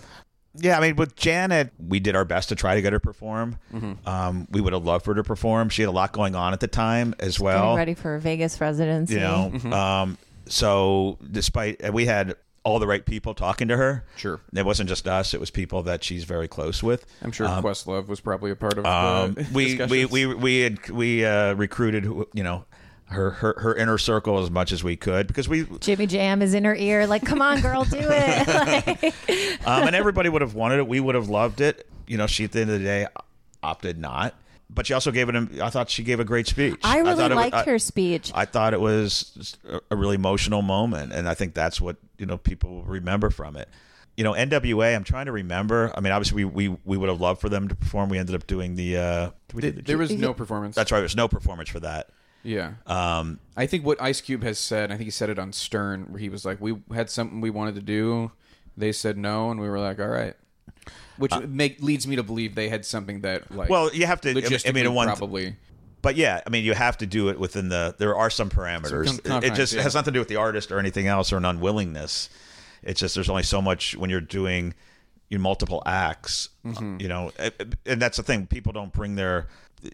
Yeah, I mean, with Janet, we did our best to try to get her to perform. Mm-hmm. Um, we would have loved for her to perform. She had a lot going on at the time as well. Getting ready for Vegas residency. you know, Mm-hmm. um, so despite and we had all the right people talking to her, Sure. it wasn't just us; it was people that she's very close with. I'm sure Questlove was probably a part of Um, the we, we discussions. we we had we uh, recruited, who- you know, her, her her inner circle as much as we could because we Jimmy Jam is in her ear, like, come on, girl, do it. Like- um, and everybody would have wanted it. We would have loved it. You know, she at the end of the day opted not, but she also gave it. A, I thought she gave a great speech. I really thought it was- liked I- her speech. I thought it was a- a really emotional moment, and I think that's what you know people remember from it. You know, NWA. I'm trying to remember. I mean, obviously, we we, we would have loved for them to perform. We ended up doing the. Uh, did we do the- there was no performance. that's right. Uh, There was no performance for that. Yeah. Um, I think what Ice Cube has said, I think he said it on Stern, where he was like, "We had something we wanted to do, they said no, and we were like, all right." Which make leads me to believe they had something that like Uh, Well, you have to- I mean, logistically I mean, one- probably But yeah, I mean, you have to do it within the. There are some parameters. Some it, it just confines, yeah. has nothing to do with the artist or anything else or an unwillingness. It's just there's only so much when you're doing you know, multiple acts. Mm-hmm. You know, and that's the thing. People don't bring their.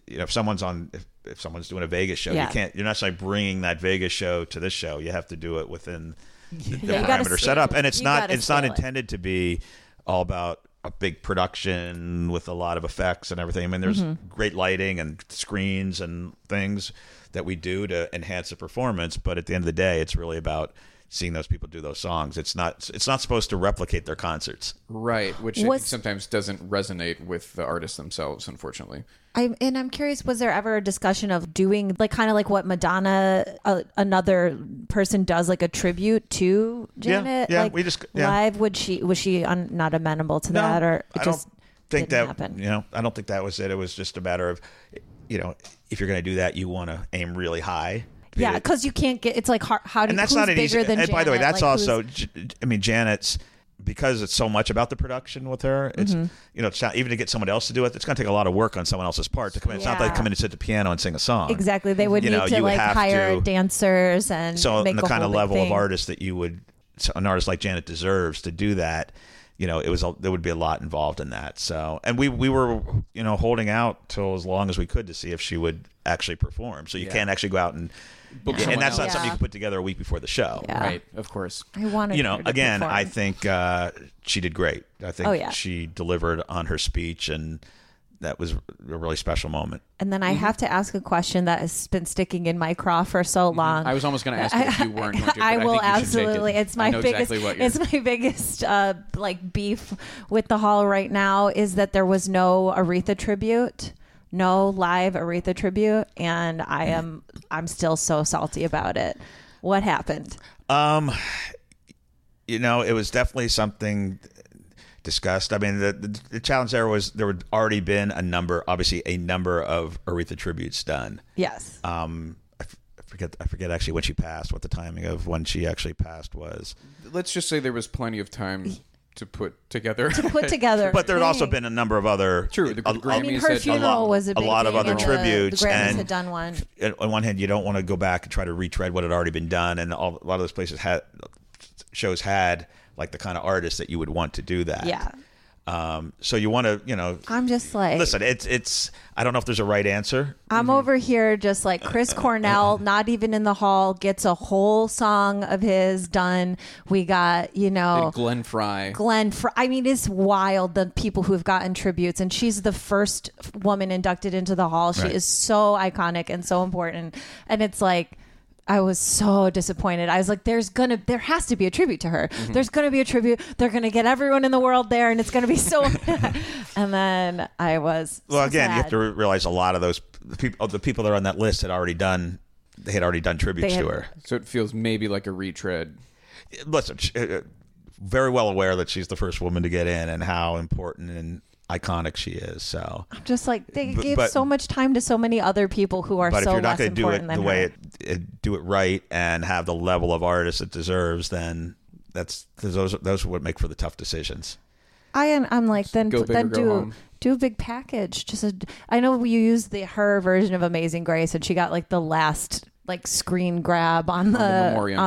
You know, if someone's on, if, if someone's doing a Vegas show, Yeah. you can't. You're not necessarily bringing that Vegas show to this show. You have to do it within the, the Yeah, you gotta parameter scale set up, and it. it's You not. gotta It's not scale it. intended to be all about a big production with a lot of effects and everything. I mean, there's Mm-hmm. great lighting and screens and things that we do to enhance the performance, but at the end of the day, it's really about seeing those people do those songs. It's not. It's not supposed to replicate their concerts. right, which I think Was- sometimes doesn't resonate with the artists themselves, unfortunately. I, and I'm curious, was there ever a discussion of doing like kind of like what Madonna, uh, another person does, like a tribute to Yeah, Janet? yeah, like, we just- yeah. live. Would she was she un, not amenable to that, or it I just don't think that didn't happen? you know. I don't think that was it. It was just a matter of, you know, if you're going to do that, you want to aim really high. Yeah, because you can't get. It's like how, how do and you? that's who's not an bigger easy. than and by the way, Janet? that's Like, who's- also. J- I mean, Janet's because it's so much about the production with her. It's Mm-hmm. you know, it's not, even to get someone else to do it, it's going to take a lot of work on someone else's part to come in. It's not Yeah. like come in and sit at the piano and sing a song. exactly. They would You need know, to you like have hire to- dancers and So make and the a kind whole of big level of thing. artist that you would, so an artist like Janet deserves to do that. You know, it was a, there would be a lot involved in that. So, and we we were you know holding out till as long as we could to see if she would actually perform. So you can't actually go out and, Book and someone that's not else. something you Yeah. can put together a week before the show. Yeah. Right, of course. I wanted you know, her to again, perform. I think uh, she did great. I think Oh, yeah. she delivered on her speech, and that was a really special moment. And then I Mm-hmm. have to ask a question that has been sticking in my craw for so long. Mm-hmm. I was almost going to ask you if you weren't. Going to, but I think you will should take absolutely. It. It's my I know biggest. Exactly what you're, it's my biggest uh, like beef with the hall right now is that there was no Aretha tribute, no live Aretha tribute, and Mm-hmm. I am I'm still so salty about it. What happened? You know, it was definitely something discussed. I mean, the, the, the challenge there was there had already been a number, obviously, a number of Aretha tributes done. Yes, Um, I, f- I forget, I forget actually when she passed, what the timing of when she actually passed was. Let's just say there was plenty of time to put together. put together. But there had also Dang. been a number of other True, the a- Grammys a- I mean, Grammys her had a funeral lot- was a a big lot of thing, other and the- tributes The, Grammys and- had done one. on on one hand, you don't want to go back and try to retread what had already been done, and all, a lot of those places had shows had like the kind of artists that you would want to do that. Yeah, Um. So you want to, you know, I'm just like listen. It's it's. I don't know if there's a right answer. I'm over here just like Chris Cornell, not even in the hall, gets a whole song of his done. We got, you know, Glenn Fry. Glenn. Fr- I mean, it's wild the people who have gotten tributes, and she's the first woman inducted into the hall. She Right. is so iconic and so important, and it's like. I was so disappointed. I was like, "There's gonna, there has to be a tribute to her. Mm-hmm. There's gonna be a tribute. They're gonna get everyone in the world there, and it's gonna be so." and then I was Well, so again, you have sad. to re- realize a lot of those the people, the people that are on that list had already done. They had already done tributes They had- to her. So it feels maybe like a retread. Listen, she, uh, very well aware that she's the first woman to get in, and how important and iconic she is. So, just like they But- gave but- so much time to so many other people who are but so if you're not less going to do it important the than way her. it, it do it right and have the level of artist it deserves, then that's those those are what make for the tough decisions. I am. I'm like then Go big or then go do home. do a big package. Just a, I know you used the her version of Amazing Grace, and she got like the last like screen grab on the on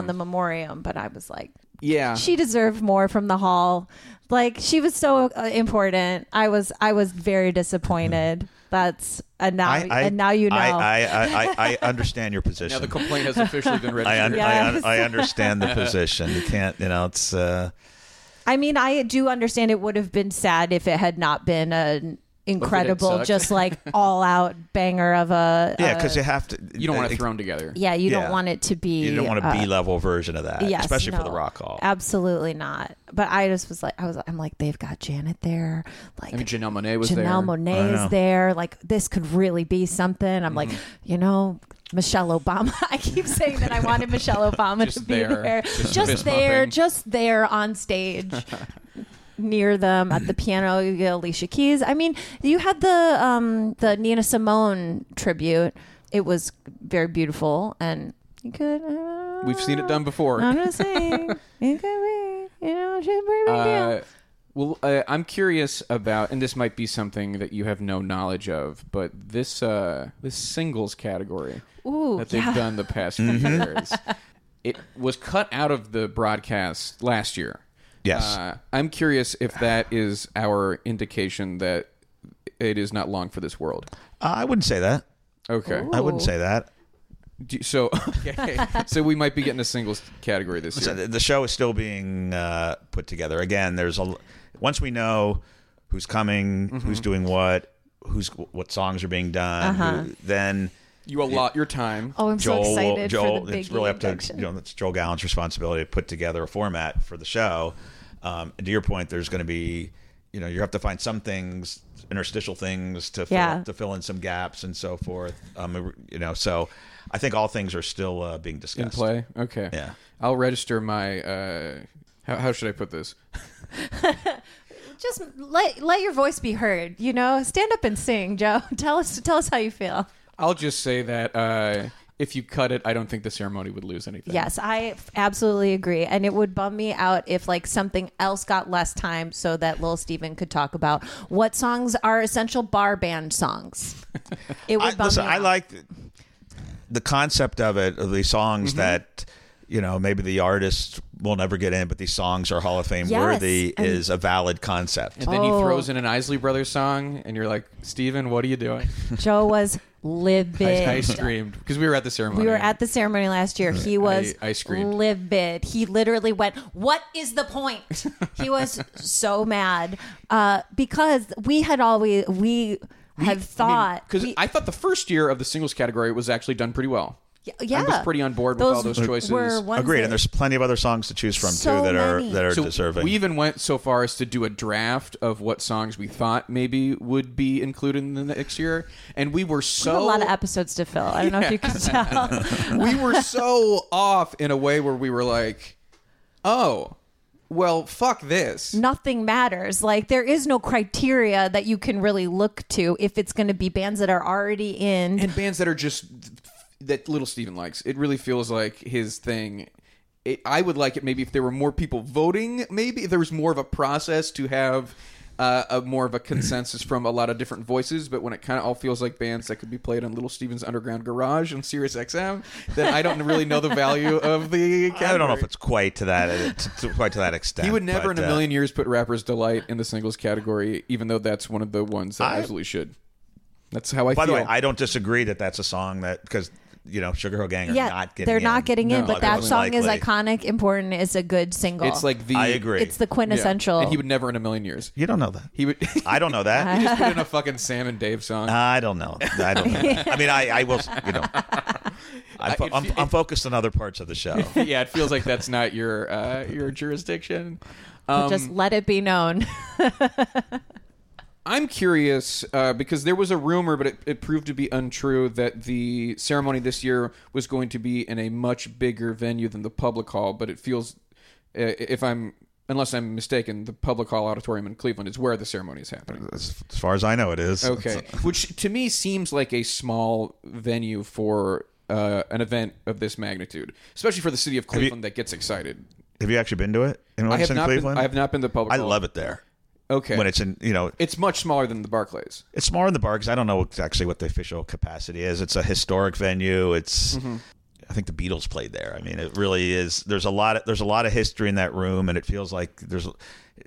the memoriam, memoriam. but I was like, Ah. Yeah. she deserved more from the hall. Like she was so uh, important. I was I was very disappointed. That's and now and now you know. I, I, I, I, I understand your position. now the complaint has officially been I, registered. un- I, un- I understand the position. You can't, you know, it's. Uh, I mean, I do understand it would have been sad if it had not been an incredible, sucked. just like all out banger of a. yeah, because you have to. you don't want uh, it thrown together. yeah, you Yeah. don't want it to be. You don't want a uh, B level version of that, Yes, especially for no. the rock hall. Absolutely not. But I just was like, I was, I'm like, they've got Janet there. Like, I mean, Janelle Monae was there. Janelle Monet is there. Like, this could really be something. I'm like, Mm-hmm. you know, Michelle Obama. I keep saying that I wanted Michelle Obama Just to be there. there, Just just, fist there, bumping. just there on stage. Near them at the piano, you get Alicia Keys. I mean, you had the um, the Nina Simone tribute. It was very beautiful, and you could. uh, We've seen it done before. I'm just saying, it could be, you know, it should be a big deal. Uh, well, uh, I'm curious about, and this might be something that you have no knowledge of, but this uh, this singles category Ooh, that they've yeah. done the past few years, it was cut out of the broadcast last year. Yes. uh, I'm curious if that is our indication that it is not long for this world. I wouldn't say that. Okay, I wouldn't say that. Do, so okay, so we might be getting a singles category this So year. the the show is still being uh, put together. Again, there's a l- once we know who's coming, Mm-hmm. who's doing what, who's what songs are being done, who- then You allot your time. Oh, Uh-huh. I'm Joel, so will- excited Joel, for the big it's really up to you know it's Joel Gallen's responsibility to put together a format for the show. Um, and to your point, there's going to be you know you have to find some things interstitial things to fill, Yeah. to fill in some gaps and so forth. Um, you know, so I think all things are still uh, being discussed. in play. Okay. Yeah. I'll register my. Uh, how, how should I put this? Just let let your voice be heard. You know, stand up and sing, Joe. Tell us tell us how you feel. I'll just say that uh, if you cut it, I don't think the ceremony would lose anything. Yes, I f- absolutely agree, and it would bum me out if like something else got less time so that Lil Steven could talk about what songs are essential bar band songs. It would I, bum listen, me I out. like th- the concept of it, of these songs Mm-hmm. that you know maybe the artist will never get in, but these songs are Hall of Fame Yes, worthy and- is a valid concept. And then he Oh. throws in an Isley Brothers song, and you're like, Steven, what are you doing? Joe was I, livid. I screamed because we were at the ceremony. We were at the ceremony last year. He was I screamed. livid. He literally went, "What is the point?" He was so mad uh, because we had always we had thought because we- I thought the first year of the singles category was actually done pretty well. yeah, I was pretty on board with all those choices. were ones Agreed, that- and there's plenty of other songs to choose from So too that are many. that are So deserving. we even went so far as to do a draft of what songs we thought maybe would be included in the next year, and we were we so have a lot of episodes to fill. I don't know if you can tell. we were so off in a way where we were like, oh, well, fuck this. Nothing matters. Like there is no criteria that you can really look to if it's going to be bands that are already in. And bands that are just that little Steven likes. It really feels like his thing. It, I would like it maybe if there were more people voting. Maybe if there was more of a process to have uh, a more of a consensus from a lot of different voices. But when it kind of all feels like bands that could be played on Little Steven's Underground Garage on Sirius XM, then I don't really know the value of the. Category. I don't know if it's quite to that uh, to, quite to that extent. He would never but, in a uh, million years put Rapper's Delight in the singles category, even though that's one of the ones that I- absolutely should. That's how I By the feel. way, I don't disagree that that's a song that because you know Sugar Hill Gang are yeah, not getting they're in. not getting in, No. but that Most song is likely. iconic, important. It's a good single. it's like the. I agree. It's the Yeah. quintessential. And he would never in a million years. You don't know that. He would. he I don't know that. just put in a fucking Sam and Dave song. I don't know. I don't know. I mean, I, I will, you know. I'm, fo- I'm, I'm focused on other parts of the show. yeah, it feels like that's not your uh, your jurisdiction. just let it be known. I'm curious uh, because there was a rumor, but it, it proved to be untrue that the ceremony this year was going to be in a much bigger venue than the public hall. But it feels, uh, if I'm unless I'm mistaken, the public hall auditorium in Cleveland is where the ceremony is happening. As, as far as I know, it is. Okay, which to me seems like a small venue for uh, an event of this magnitude, especially for the city of Cleveland that gets excited. Have you actually been to it? Anyone I that's have in not. Cleveland? Been, I have not been to the public. I hall. love it there. Okay, When it's in, you know, it's much smaller than the Barclays. it's Mm-hmm. smaller in the bar because I don't know actually what the official capacity is. It's a historic venue. It's, I think the Beatles played there. I mean, it really is. There's a lot. Of, there's a lot of history in that room, and it feels like there's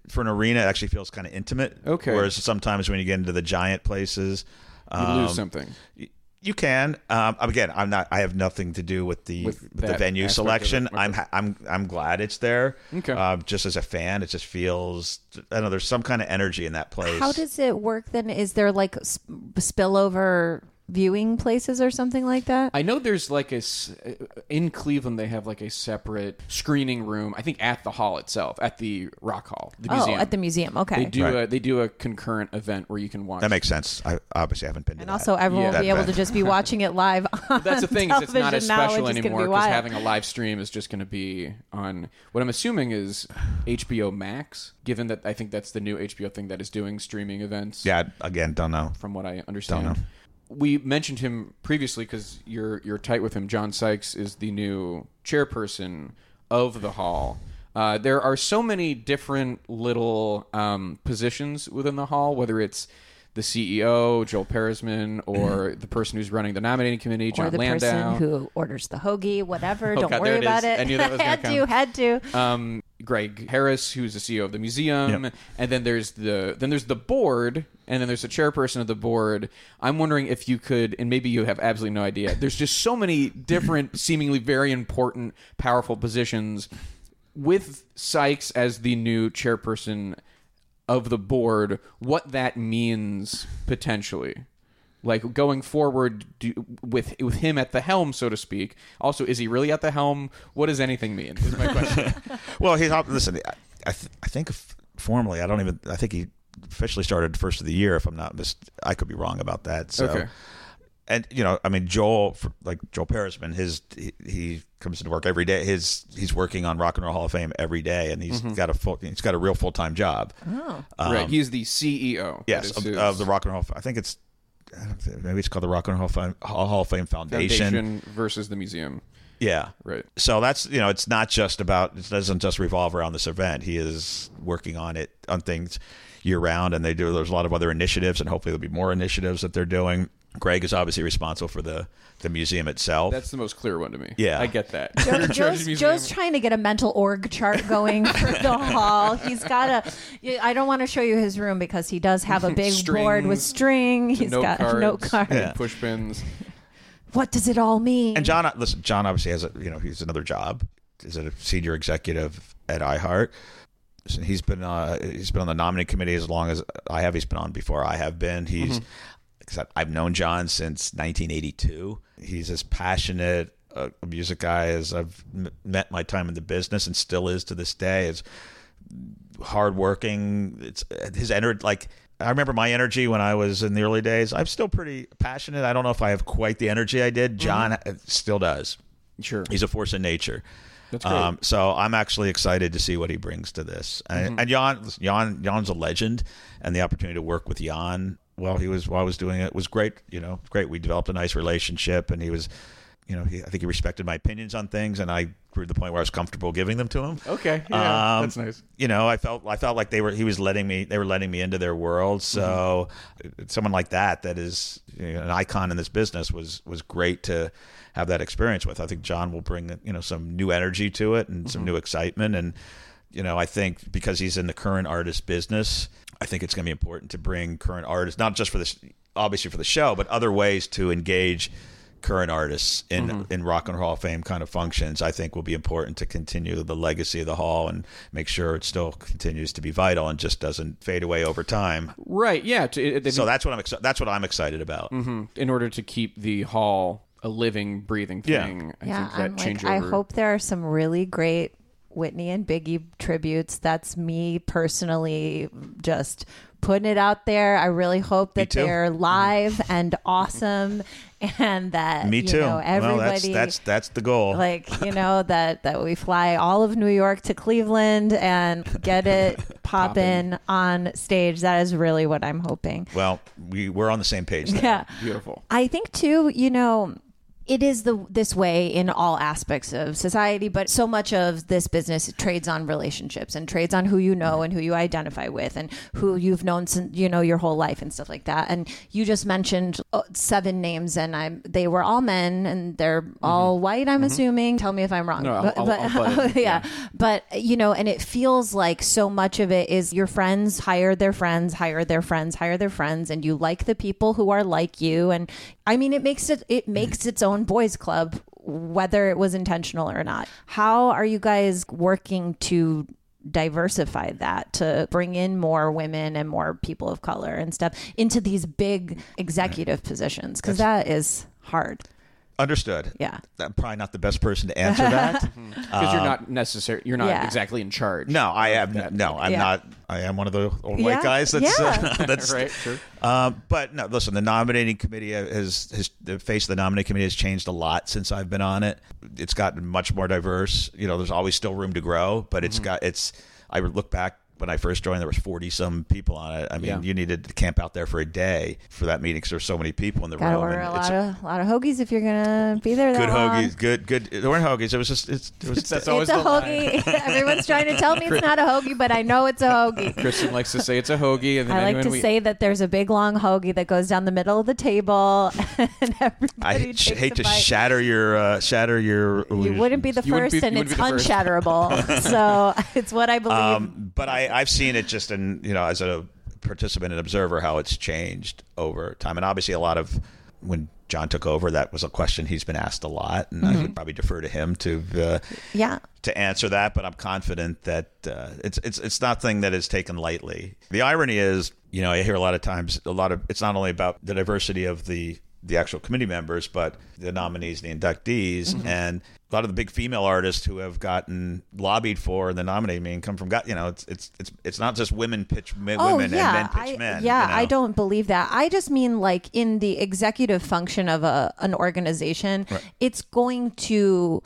for an arena. It actually feels kind of intimate. Okay. Whereas sometimes when you get into the giant places, You um, lose something. y- You can. Um, again, I'm not. I have nothing to do with the With with that the venue aspect of selection. it. Okay. I'm ha- I'm I'm glad it's there. Okay. Uh, just as a fan, it just feels. I don't know. There's some kind of energy in that place. How does it work then? Is there like sp- spillover viewing places or something like that? I know there's like a s- uh, in Cleveland they have like a separate screening room. I think at the hall itself, at the Rock Hall, the oh, museum. at the museum. Okay. They do Right. a they do a concurrent event where you can watch. that makes sense? I obviously haven't been. to and that. also, everyone Yeah. will be able to That- just be watching it live. On That's the thing is it's not as television now, special which is gonna anymore be because wild. having a live stream is just going to be on what I'm assuming is HBO Max. Given that I think that's the new HBO thing that is doing streaming events. Yeah. Again, don't know. from what I understand. know. We mentioned him previously because you're you're tight with him. John Sykes is the new chairperson of the hall. Uh, there are so many different little um, positions within the hall, whether it's the CEO, Joel Peresman, or the person who's running the nominating committee, John Mm-hmm. or the Landau. person who orders the hoagie, whatever. Don't Oh, God, worry there it is. about it. I knew that was gonna had come. to, had to. um, Greg Harris, who's the CEO of the museum, Yep. and then there's the then there's the board, and then there's the chairperson of the board. I'm wondering if you could, and maybe you have absolutely no idea. There's just so many different, seemingly very important, powerful positions. With Sykes as the new chairperson of the board, what that means potentially like going forward do, with with him at the helm, so to speak. Also, is he really at the helm? What does anything mean? Is my question. Well, he's not- listen. I, I, th- I think f- formally, I don't even. I think he officially started first of the year. If I'm not mis, I could be wrong about that. So, Okay. and you know, I mean, Joel, for- like Joel Parisman, his he, he comes into work every day. His he's working on Rock and Roll Hall of Fame every day, and Mm-hmm. he's got a full. He's got a real full time job. Um, right, he's the CEO. That Yes, is of, his of the Rock and Roll. I think it's. I don't think- Maybe it's called the Rock and Roll Fi- Hall Hall of Fame Foundation. foundation versus the museum. Yeah, Right. so that's you know it's not just about it doesn't just revolve around this event he is working on it on things year round and they do there's a lot of other initiatives and hopefully there'll be more initiatives that they're doing greg is obviously responsible for the the museum itself That's the most clear one to me. Yeah. I get that. Joe- You're in charge of Joe's, the Joe's museum. trying to get a mental org chart going for the hall. He's got a. yeah, I don't want to show you his room because he does have a big board with string. Strings to He's note got cards, note card. Yeah. push pins. What does it all mean? and john listen john obviously has a you know he's another job is a senior executive at iheart So he's been uh, he's been on the nominating committee as long as i have he's been on before i have been he's because I- I've known John since 1982. He's as passionate a music guy as I've m- met my time in the business, and still is to this day. It's hardworking. It's his energy. Like I remember my energy when I was in the early days. I'm still pretty passionate. I don't know if I have quite the energy I did. John uh still does. Mm-hmm. Sure. He's a force in nature. That's great. Um, so I'm actually excited to see what he brings to this. Mm-hmm. And, and Jan, listen, Jan, Jan's a legend, and the opportunity to work with Jan while he was while I was doing it was great. You know, great. We developed a nice relationship, and he was, you know, he, I think he respected my opinions on things, and I grew to the point where I was comfortable giving them to him. Okay. Yeah, Um, that's nice. You know, I felt I felt like they were he was letting me they were letting me into their world. So Mm-hmm. uh, someone like that that is you know, an icon in this business was was great to have that experience with. I think John will bring you know some new energy to it and Mm-hmm. some new excitement and you know, I think because he's in the current artist business, I think it's going to be important to bring current artists not just for this obviously for the show, but other ways to engage current artists in in rock and roll Hall of fame kind of functions i think will be important to continue the legacy of the hall and make sure it still continues to be vital and just doesn't fade away over time Right. Yeah. To, it- it- so that's what i'm exci- that's what i'm excited about in order to keep the hall a living, breathing Yeah. thing, I yeah, I'm think that like, changeover. I hope there are some really great Whitney and Biggie tributes. That's me personally just putting it out there. I really hope that too. Mm-hmm. they're live and awesome and that me you too know everybody well that's that's that's the goal like you know that that we fly all of New York to Cleveland and get it poppin' on stage. That is really what I'm hoping. well we we're on the same page there. Yeah. Beautiful. I think too, you know, it is the this way in all aspects of society, but so much of this business trades on relationships and trades on who you know and who you identify with and who you've known since you know your whole life and stuff like that. And you just mentioned uh, seven names, and I'm they were all men and they're all white. I'm assuming. Tell me if I'm wrong. No, I'll- I'll- I'll butt in. yeah. But uh, you know, and it feels like so much of it is your friends hire their friends, hire their friends, hire their friends, and you like the people who are like you. And I mean, it makes it it makes its own boys club, whether it was intentional or not. How are you guys working to? diversify that to bring in more women and more people of color and stuff into these big executive positions because that is hard Understood. Yeah. I'm probably not the best person to answer that. because you're not necessary. You're not yeah. exactly in charge. Um, no, I am. No, I'm Yeah. not. I am one of the old Yeah. white guys. That's Yeah. uh, that's right. Sure. Um, but no, listen. The nominating committee has, has the face of the nominating committee has changed a lot since I've been on it. It's gotten much more diverse. You know, there's always still room to grow, but Mm-hmm. it's got it's. I would look back when I first joined. There was 40 some people on it. I mean, Yeah. you needed to camp out there for a day for that meeting because there's so many people in the gotta room. order and a it's lot of lot of hoagies if you're gonna be there that good long. hoagies. Good, good. There weren't hoagies. It was just it's, it was That's It's always a the line. hoagie. Everyone's trying to tell me it's not a hoagie, but I know it's a hoagie. Kristen likes to say it's a hoagie, and then I like anyone to we- say that there's a big long hoagie that goes down the middle of the table, and everybody I hate, takes hate a to bite. shatter your uh, shatter your. You wouldn't be the You wouldn't first, be- and you it's wouldn't be the first. unshatterable. so it's what I believe. Um, but I, I've seen it just in you know as a participant and observer how it's changed over time, and obviously a lot of when John took over, that was a question he's been asked a lot, and I would probably defer to him to uh, yeah. to answer that. But I'm confident that uh, it's it's it's not thing that is taken lightly. The irony is, you know, I hear a lot of times a lot of it's not only about the diversity of the the actual committee members, but the nominees, and the inductees, Mm-hmm. and a lot of the big female artists who have gotten lobbied for and the nominee mean come from got you know it's it's it's it's not just women pitch mi- women and men pitch I, men. Oh, Yeah, you know? I don't believe that. I just mean like in the executive function of a an organization, it's going to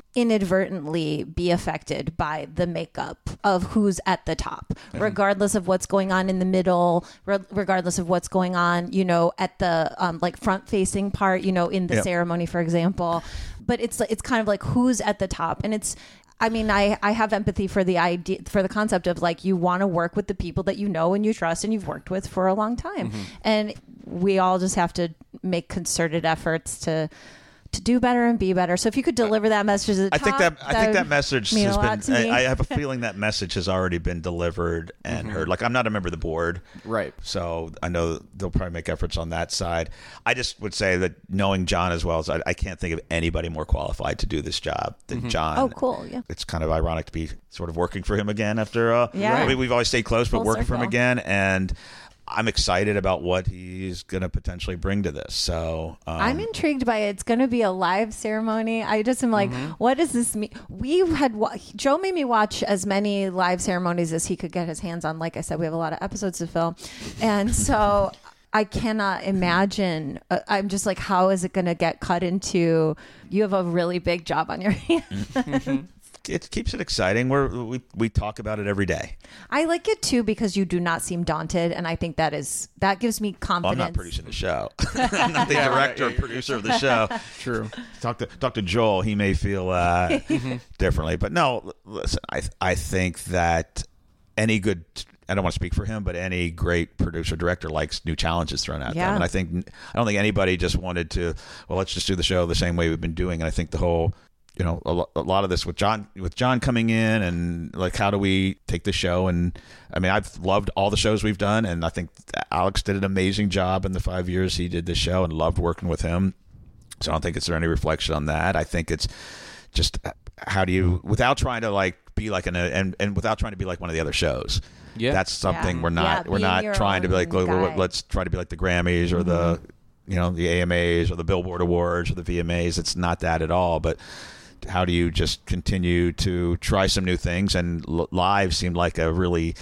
inadvertently be affected by the makeup of who's at the top, Mm-hmm. regardless of what's going on in the middle, re- regardless of what's going on, you know, at the um, like front facing part, you know, in the Yeah. ceremony, for example. But it's it's kind of like who's at the top, and it's I mean, I, I have empathy for the idea for the concept of like you want to work with the people that you know and you trust and you've worked with for a long time. Mm-hmm. And we all just have to make concerted efforts to to do better and be better. So if you could deliver that message at the I think top, that I think that would message mean has a lot been. to me. I, I have a feeling that message has already been delivered and Mm-hmm. heard. Like I'm not a member of the board, Right. So I know they'll probably make efforts on that side. I just would say that knowing John as well as I, I can't think of anybody more qualified to do this job than John. Oh, cool. Yeah. It's kind of ironic to be sort of working for him again after. Uh, Yeah. I mean, we've always stayed close, but Full working for him circle. again and. I'm excited about what he's going to potentially bring to this. So um, I'm intrigued by it. It's going to be a live ceremony. I just am like, Mm-hmm. what does this mean? We had wa- Joe made me watch as many live ceremonies as he could get his hands on. Like I said, we have a lot of episodes to film, and so I cannot imagine. uh, I'm just like, how is it going to get cut into? You have a really big job on your hands. it keeps it exciting. We're, we we talk about it every day. I like it too because you do not seem daunted, and I think that is that gives me Well, I'm confidence. not producing the show. I'm not the director or producer of the show. True. Talk to talk to Joel. He may feel uh, Mm-hmm. differently, but no. l- Listen, I I think that any good. I don't want to speak for him, but any great producer director likes new challenges thrown at Yeah. them. And I think I don't think anybody just wanted to. Well, let's just do the show the same way we've been doing. And I think the whole. You know, a, lo- a lot of this with John, with John coming in, and like, how do we take the show? And I mean, I've loved all the shows we've done, and I think Alex did an amazing job in the five years he did the show, and loved working with him. So I don't think it's any reflection on that. I think it's just uh, how do you, without trying to like be like an uh, and and without trying to be like one of the other shows. Yeah. that's something Yeah. we're not Yeah, we're being your not trying to be like own "Look, we're- guy." Mm-hmm. let's try to be like the Grammys or the you know the AMAs or the Billboard Awards or the VMAs. It's not that at all, but. How do you just continue to try some new things? And l- live seemed like a really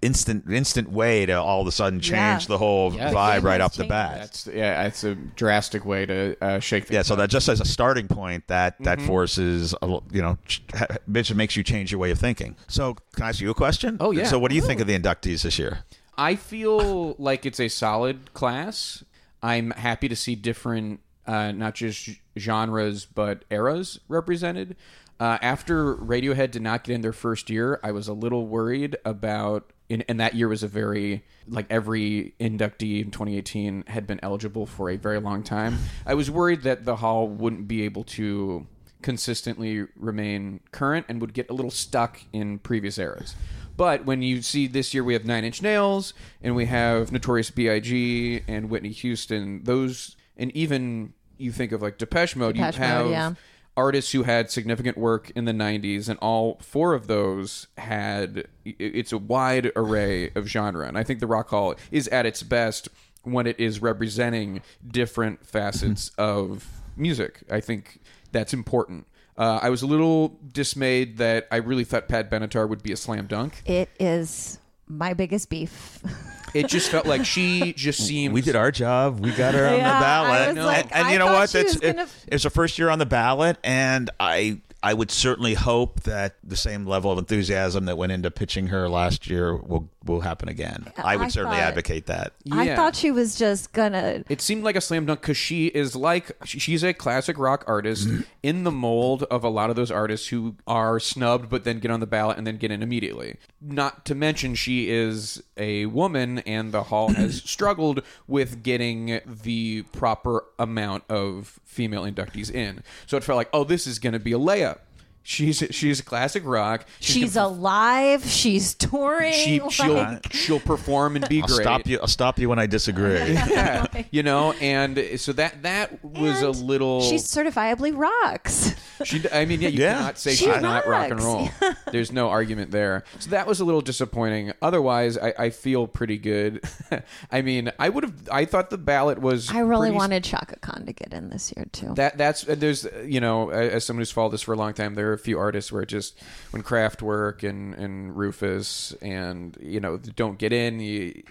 instant, instant way to all of a sudden change Yeah. the whole Yeah. vibe right Yeah, off the change bat. That's yeah. It's a drastic way to uh, shake things. Yeah, so that just as a starting point, that that Mm-hmm. forces a l- you know, ch- ha- it just makes you change your way of thinking. So, can I ask you a question? Oh, yeah. So, what do you think of the inductees this year? I feel like it's a solid class. I'm happy to see different uh, not just genres but eras represented. Uh, after Radiohead did not get in their first year, I was a little worried about. And, and that year was a very like every inductee in 2018 had been eligible for a very long time. I was worried that the hall wouldn't be able to consistently remain current and would get a little stuck in previous eras. But when you see this year, we have Nine Inch Nails and we have Notorious B.I.G. and Whitney Houston. Those and even you think of like Depeche Mode. Depeche you Mode, have yeah. artists who had significant work in the '90s, and all four of those had. i- It's a wide array of genre, and I think the Rock Hall is at its best when it is representing different facets of music. I think that's important. Uh, I was a little dismayed that I really thought Pat Benatar would be a slam dunk. It is my biggest beef. It just felt like she just seemed. We did our job. We got her on Yeah, I the ballot, was like, and, and I you know thought what? she That's was gonna- it, it's her first year on the ballot, and I I would certainly hope that the same level of enthusiasm that went into pitching her last year will will happen again. I would I certainly thought- advocate that. I Yeah. thought she was just gonna. It seemed like a slam dunk because she is like she- she's a classic rock artist in the mold of a lot of those artists who are snubbed but then get on the ballot and then get in immediately. Not to mention she is a woman and the hall has struggled with getting the proper amount of female inductees in. So it felt like oh this is going to be a layup. She's she's classic rock. She's gonna- alive. She's touring. she, she'll like- she'll perform and be I'll great. stop you. I'll stop you when I disagree. Yeah, you know, and eh, so that that was a And little. She certifiably rocks. She, I mean, yeah, you Yeah. cannot say She she's not rock and rocks. roll. There's no argument there. So that was a little disappointing. Otherwise, I, I feel pretty good. I mean, I would have. I thought the ballot was. I really pretty- wanted Shaka Khan to get in this year too. that that's uh, there's uh, you know a- as someone who's followed this for a long time there are a few artists where it just when Kraftwerk and and Rufus and you know don't get in you,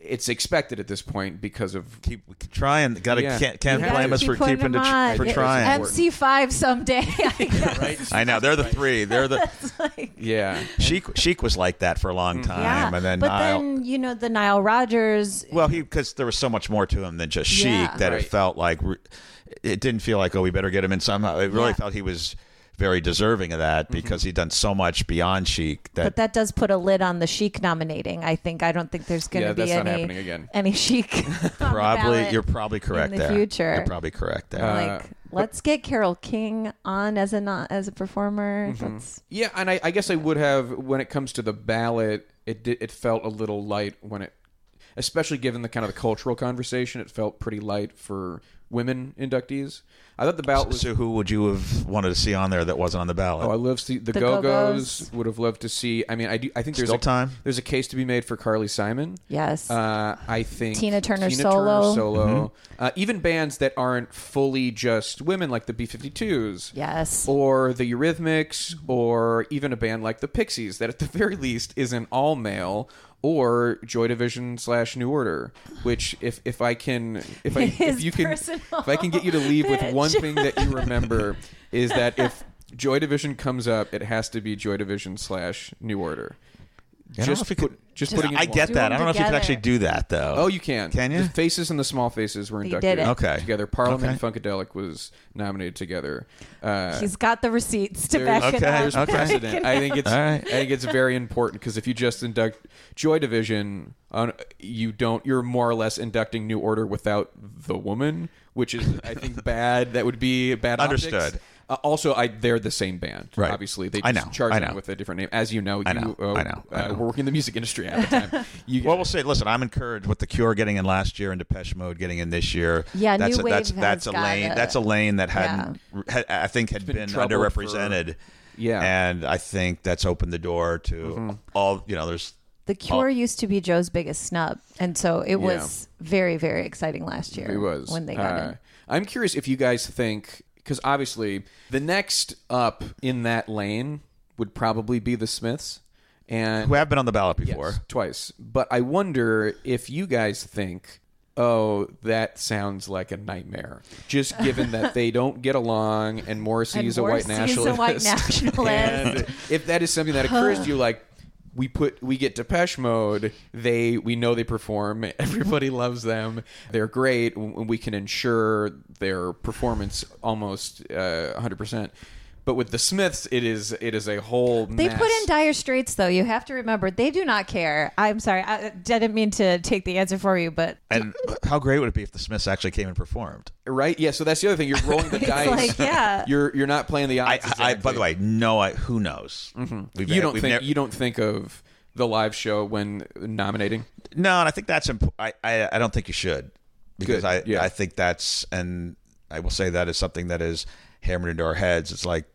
it's expected at this point because of keep try and Got to Yeah. can't, can't You have blame to us Keep for putting keeping them it on. for It- trying. MC5 someday. I guess. I know they're the three. They're the yeah Sheik. Sheik was like that for a long time, Yeah. and then but Nile- then you know the Nile Rodgers. Well, he because there was so much more to him than just chic Yeah. that Right. it felt like re- it didn't feel like oh we better get him in somehow. It really Yeah. felt he was very deserving of that Mm-hmm. because he'd done so much beyond chic But that, that does put a lid on the Sheik nominating. I think I don't think there's going to Yeah, be that's not any happening again. any Sheik. on the probably ballot. you're probably correct the there. future. You're probably correct there. Uh, like let's get Carol King on as a non- as a performer. Mm-hmm. Let's Yeah, and I, I guess I would have when it comes to the ballot. It did, it felt a little light when it, especially given the kind of the cultural conversation. It felt pretty light for women inductees. I thought the ballot was. so who would you have wanted to see on there that wasn't on the ballot? Oh, I love to see the, The Go Go's. Go-Go's. Would have loved to see. I mean, I do. I think there's Still a, time. There's a case to be made for Carly Simon. yes. Uh, I think Tina Turner Tina Turner solo. solo. Mm-hmm. Uh, even bands that aren't fully just women, like the B52s. Yes. Or the Eurythmics, or even a band like the Pixies, that at the very least is an all male. Or Joy Division slash New Order, which if if I can if I if His you can personal if I can get you to leave with one pitch. thing that you remember is that if Joy Division comes up, it has to be Joy Division slash New Order. I don't know Just if you could- put- just putting. in I one. get Do that. them I don't know if you can together. actually do that though. Oh, you can. Can you? The faces and the small faces were inducted. did it. Okay. Together, Parliament and Funkadelic was nominated together. Uh, He's got the receipts to there- back it okay, up. there's okay. precedent. I think it's. All right. I think it's very important because if you just induct Joy Division, on you don't. You're more or less inducting New Order without the woman, which is I think bad. That would be bad. optics. Understood. Uh, also, I they're the same band. Right. Obviously, they I just know, charge I them know. with a different name, as you know. I you, know, uh, I know, I uh, know. We're working in the music industry at the time. You, Well, we'll say. Listen, I'm encouraged with the Cure getting in last year and Depeche Mode getting in this year. Yeah, that's New a, that's Wave that's has a got lane. a- that's a lane that hadn't. Had, I think had been been, troubled underrepresented. for- yeah. Mm-hmm. and I think that's opened the door to all. You know, there's The Cure used to be Joe's biggest snub, and so it was very, very exciting last year. It was when they got Uh, in. I'm curious if you guys think because obviously the next up in that lane would probably be the Smiths and who have been on the ballot before. Yes, twice. But I wonder if you guys think. Oh, that sounds like a nightmare. Just given that they don't get along and Morrissey's a white Morrissey's nationalist. a white nationalist. and if that is something that occurs to you, like, we put we get Depeche Mode. They we know they perform. Everybody loves them. They're great. W- We can ensure their performance almost uh, 100%. But with the Smiths, it is it is a whole. They mess. put in dire straits, though. You have to remember, they do not care. I'm sorry, I I didn't mean to take the answer for you, but And how great would it be if the Smiths actually came and performed? right. Yeah. So that's the other thing. You're rolling the dice. like, yeah. You're you're not playing the I, odds. I, by exactly. Mm-hmm. the way, no, I, who knows? We've, you don't we've think never- you don't think of the live show when nominating. No, and I think that's imp- I, I I don't think you should because Good, I yeah. I think that's and I will say that is something that is hammered into our heads. It's like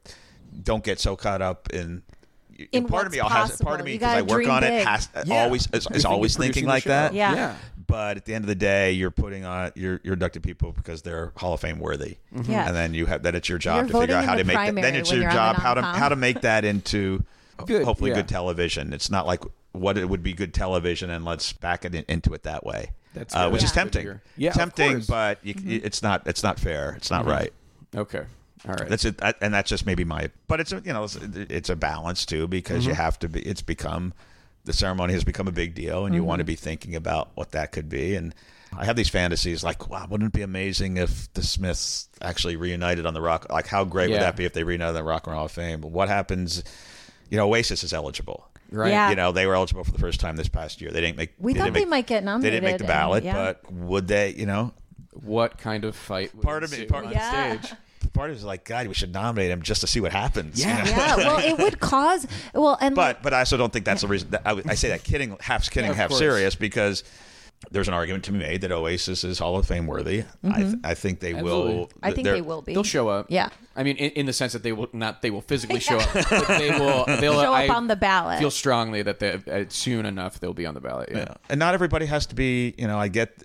don't get so caught up in. and In part of what's me, I'll has, possible. part of me You because gotta I work dream on it, big. has always is, is You're always thinking thinking of like producing the that. show. Yeah. yeah. But at the end of the day, you're putting on you're you're inducting people because they're Hall of Fame worthy. Mm-hmm. Yeah. And then you have then it's your job You're to figure voting out in how the to make that, then primary it's when your you're on job the how to non-com. how to make that into Good, hopefully yeah. good television. It's not like what it would be good television and let's back it in, into it that way. That's uh, good. which is Yeah. Good to tempting. hear. Yeah, of tempting, course. Mm-hmm. but you, it's not it's not fair. It's not right. Okay. All right. That's it, I- and that's just maybe my. But it's a, you know it's, it's a balance too because Mm-hmm. you have to be. It's become the ceremony has become a big deal, and you want to Mm-hmm. be thinking about what that could be. And I have these fantasies like, wow, wouldn't it be amazing if the Smiths actually reunited on the Rock? Like, how great Yeah. would that be if they reunited on the Rock and Roll Hall of Fame? But what happens? You know, Oasis is eligible. right. Yeah. You know, they were eligible for the first time this past year. They didn't make. We thought didn't they make- might get They didn't make nominated the and- ballot, yeah. but would they? You know, What kind of fight? would Part of me- ensue part- on Yeah. stage. part of it is like, God, we should nominate him just to see what happens. you Yeah. know? yeah. Well, it would cause well, and But but I also don't think that's the reason. That I, would- I say that kidding, half kidding, half course. serious, because there's an argument to be made that Oasis is Hall of Fame worthy. I, th- I think they will. Absolutely. I think they're- they will be. They'll show up. Yeah. I mean, in, in the sense that they will not, they will physically show up. But they will. They'll Show up I on the ballot. Feel strongly that they, uh, soon enough they'll be on the ballot. Yeah. Yeah. And not everybody has to be, you know, I get,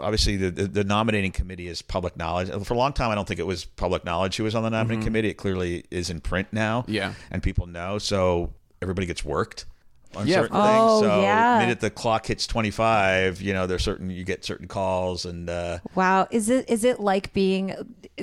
obviously, the, the, the nominating committee is public knowledge. For a long time, I don't think it was public knowledge who was on the nominating committee. It clearly is in print now. Mm-hmm. Yeah. And people know. So everybody gets worked on Yeah, of certain course. things. Oh, so yeah. the minute the clock hits 25, you know, there's certain, you get certain calls and, uh, wow, is it is it like being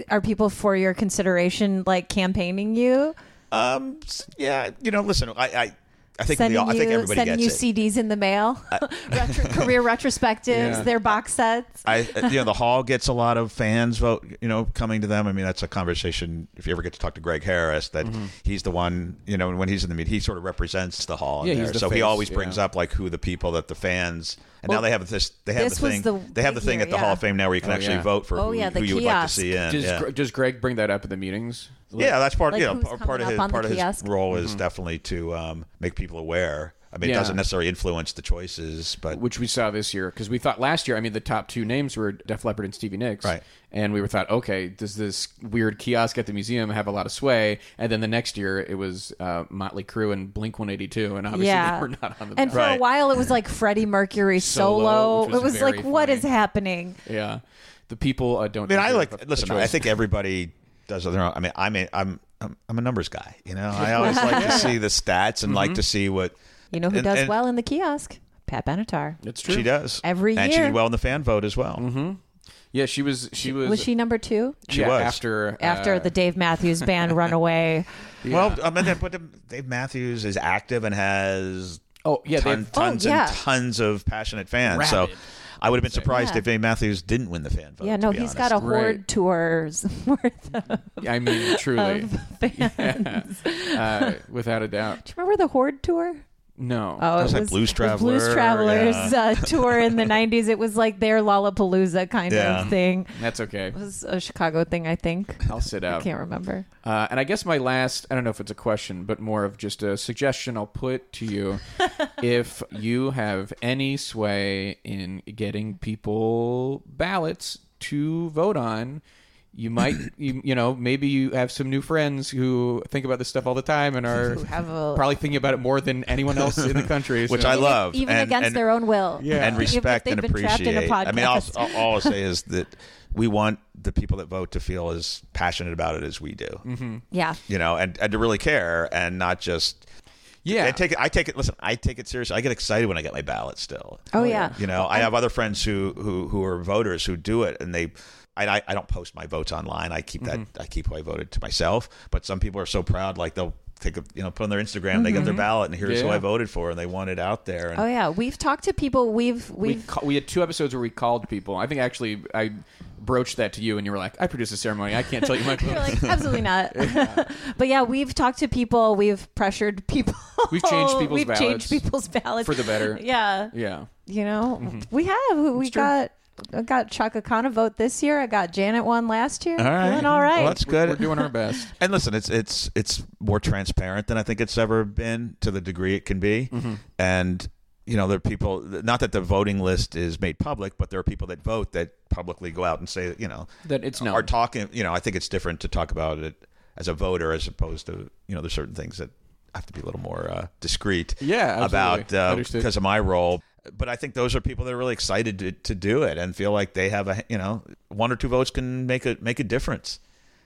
are people for your consideration like campaigning you, Um. s- Yeah. You know. Listen. I. I, I think. We sending all, I you think everybody sending gets you it. CDs in the mail, Retro, career retrospectives, Yeah. their box sets? I. You know. The hall gets a lot of fans vote. You know, coming to them. I mean, that's a conversation. If you ever get to talk to Greg Harris, that Mm-hmm. he's the one. You know, when he's in the meet, he sort of represents the hall. in Yeah, he's there. the so he face, always yeah. brings up like who the people that the fans. And Well, now they have this. They have this the was thing. the they have the big thing year, at the Hall of yeah. Fame now where you can Oh, actually yeah. vote for Oh, who, yeah, the who you would like to kiosk. see in. Does, yeah. Gre- does Greg bring that up at the meetings? Yeah, that's part. Like you know, who's par- coming part of up his on the part of his kiosk? Mm-hmm. role is definitely to um, make people aware. I mean, Yeah. it doesn't necessarily influence the choices, but which we saw this year because we thought last year. I mean, the top two names were Def Leppard and Stevie Nicks, Right. And we were thought, okay, does this weird kiosk at the museum have a lot of sway? And then the next year, it was uh, Motley Crue and Blink One Eighty Two, and obviously yeah, they were not on the. and for ballot. a Right. while it was like Freddie Mercury Solo, solo. which was it was very like, what funny. is happening? yeah, the people uh, don't. I mean, I deserve like. a- a listen, choice. I think everybody does their own. I mean, I mean, I'm I'm, I'm a numbers guy. You know, I always like to see the stats and Mm-hmm. like to see what You know who and- does and well in the kiosk? Pat Benatar. it's true. Mm-hmm. She does Every and she year. did well in the fan vote as well. Yeah, she was. She was. Was she number two? She yeah, was. after uh, After the Dave Matthews Band Runaway. Well, um, I mean, that- but Dave Matthews is active and has Oh yeah, they ton, have- tons yeah. and tons of passionate fans. So. Rabid. I would have been surprised Yeah. if Dave Matthews didn't win the fan vote. Yeah, to no, be he's honest. got a Right. horde tours worth of I mean, truly, fans. uh, without a doubt. Do you remember the horde tour? No. Oh, it was like Blues Blues Traveler, Travelers yeah. uh, tour in the '90s. It was like their Lollapalooza kind Yeah. of thing. That's okay. It was a Chicago thing, I think. I'll sit I out. can't remember. Uh, and I guess my last, I don't know if it's a question, but more of just a suggestion I'll put to you. if you have any sway in getting people ballots to vote on, you might, you, you know, maybe you have some new friends who think about this stuff all the time and are have a- probably thinking about it more than anyone else in the country. Which so- I love. Even and- against and- their own will. and Even if respect they've and been trapped in a appreciate. I mean, all, podcast. all, all I'll say is that we want the people that vote to feel as passionate about it as we do, Yeah. you know, and, and to really care and not just. Yeah. I take it. I take it. Listen, I take it seriously. I get excited when I get my ballot. Still, Oh, yeah. you know, I have other friends who who who are voters who do it, and they. I, I- Mm-hmm. I don't post my votes online. I keep that. I keep who I voted to myself. But some people are so proud, like they'll take a you know put on their Instagram, they Mm-hmm. get their ballot, and here's who Yeah. I voted for, and they want it out there. And Oh yeah, we've talked to people. We've We we've ca- we had two episodes where we called people. I think actually I broached that to you, and you were like, "I produced a ceremony. I can't tell you my vote." You're like, absolutely not. but yeah, we've talked to people. We've pressured people. We've changed people's We've ballots changed people's ballots for the better. Yeah, yeah. you know, we have. We got. I got Chaka Khan a vote this year. I got Janet one last year. all right, Feeling all right. Well, that's We're good. doing our best. And listen, it's it's it's more transparent than I think it's ever been to the degree it can be. Mm-hmm. And you know, there are people. Not that the voting list is made public, but there are people that vote that publicly go out and say, you know, That it's known. are talking. You know, I think it's different to talk about it as a voter as opposed to you know, there's certain things that have to be a little more uh, discreet. Yeah, absolutely. about uh, Understood. because of my role. But I think those are people that are really excited to, to do it and feel like they have a you know one or two votes can make a make a difference.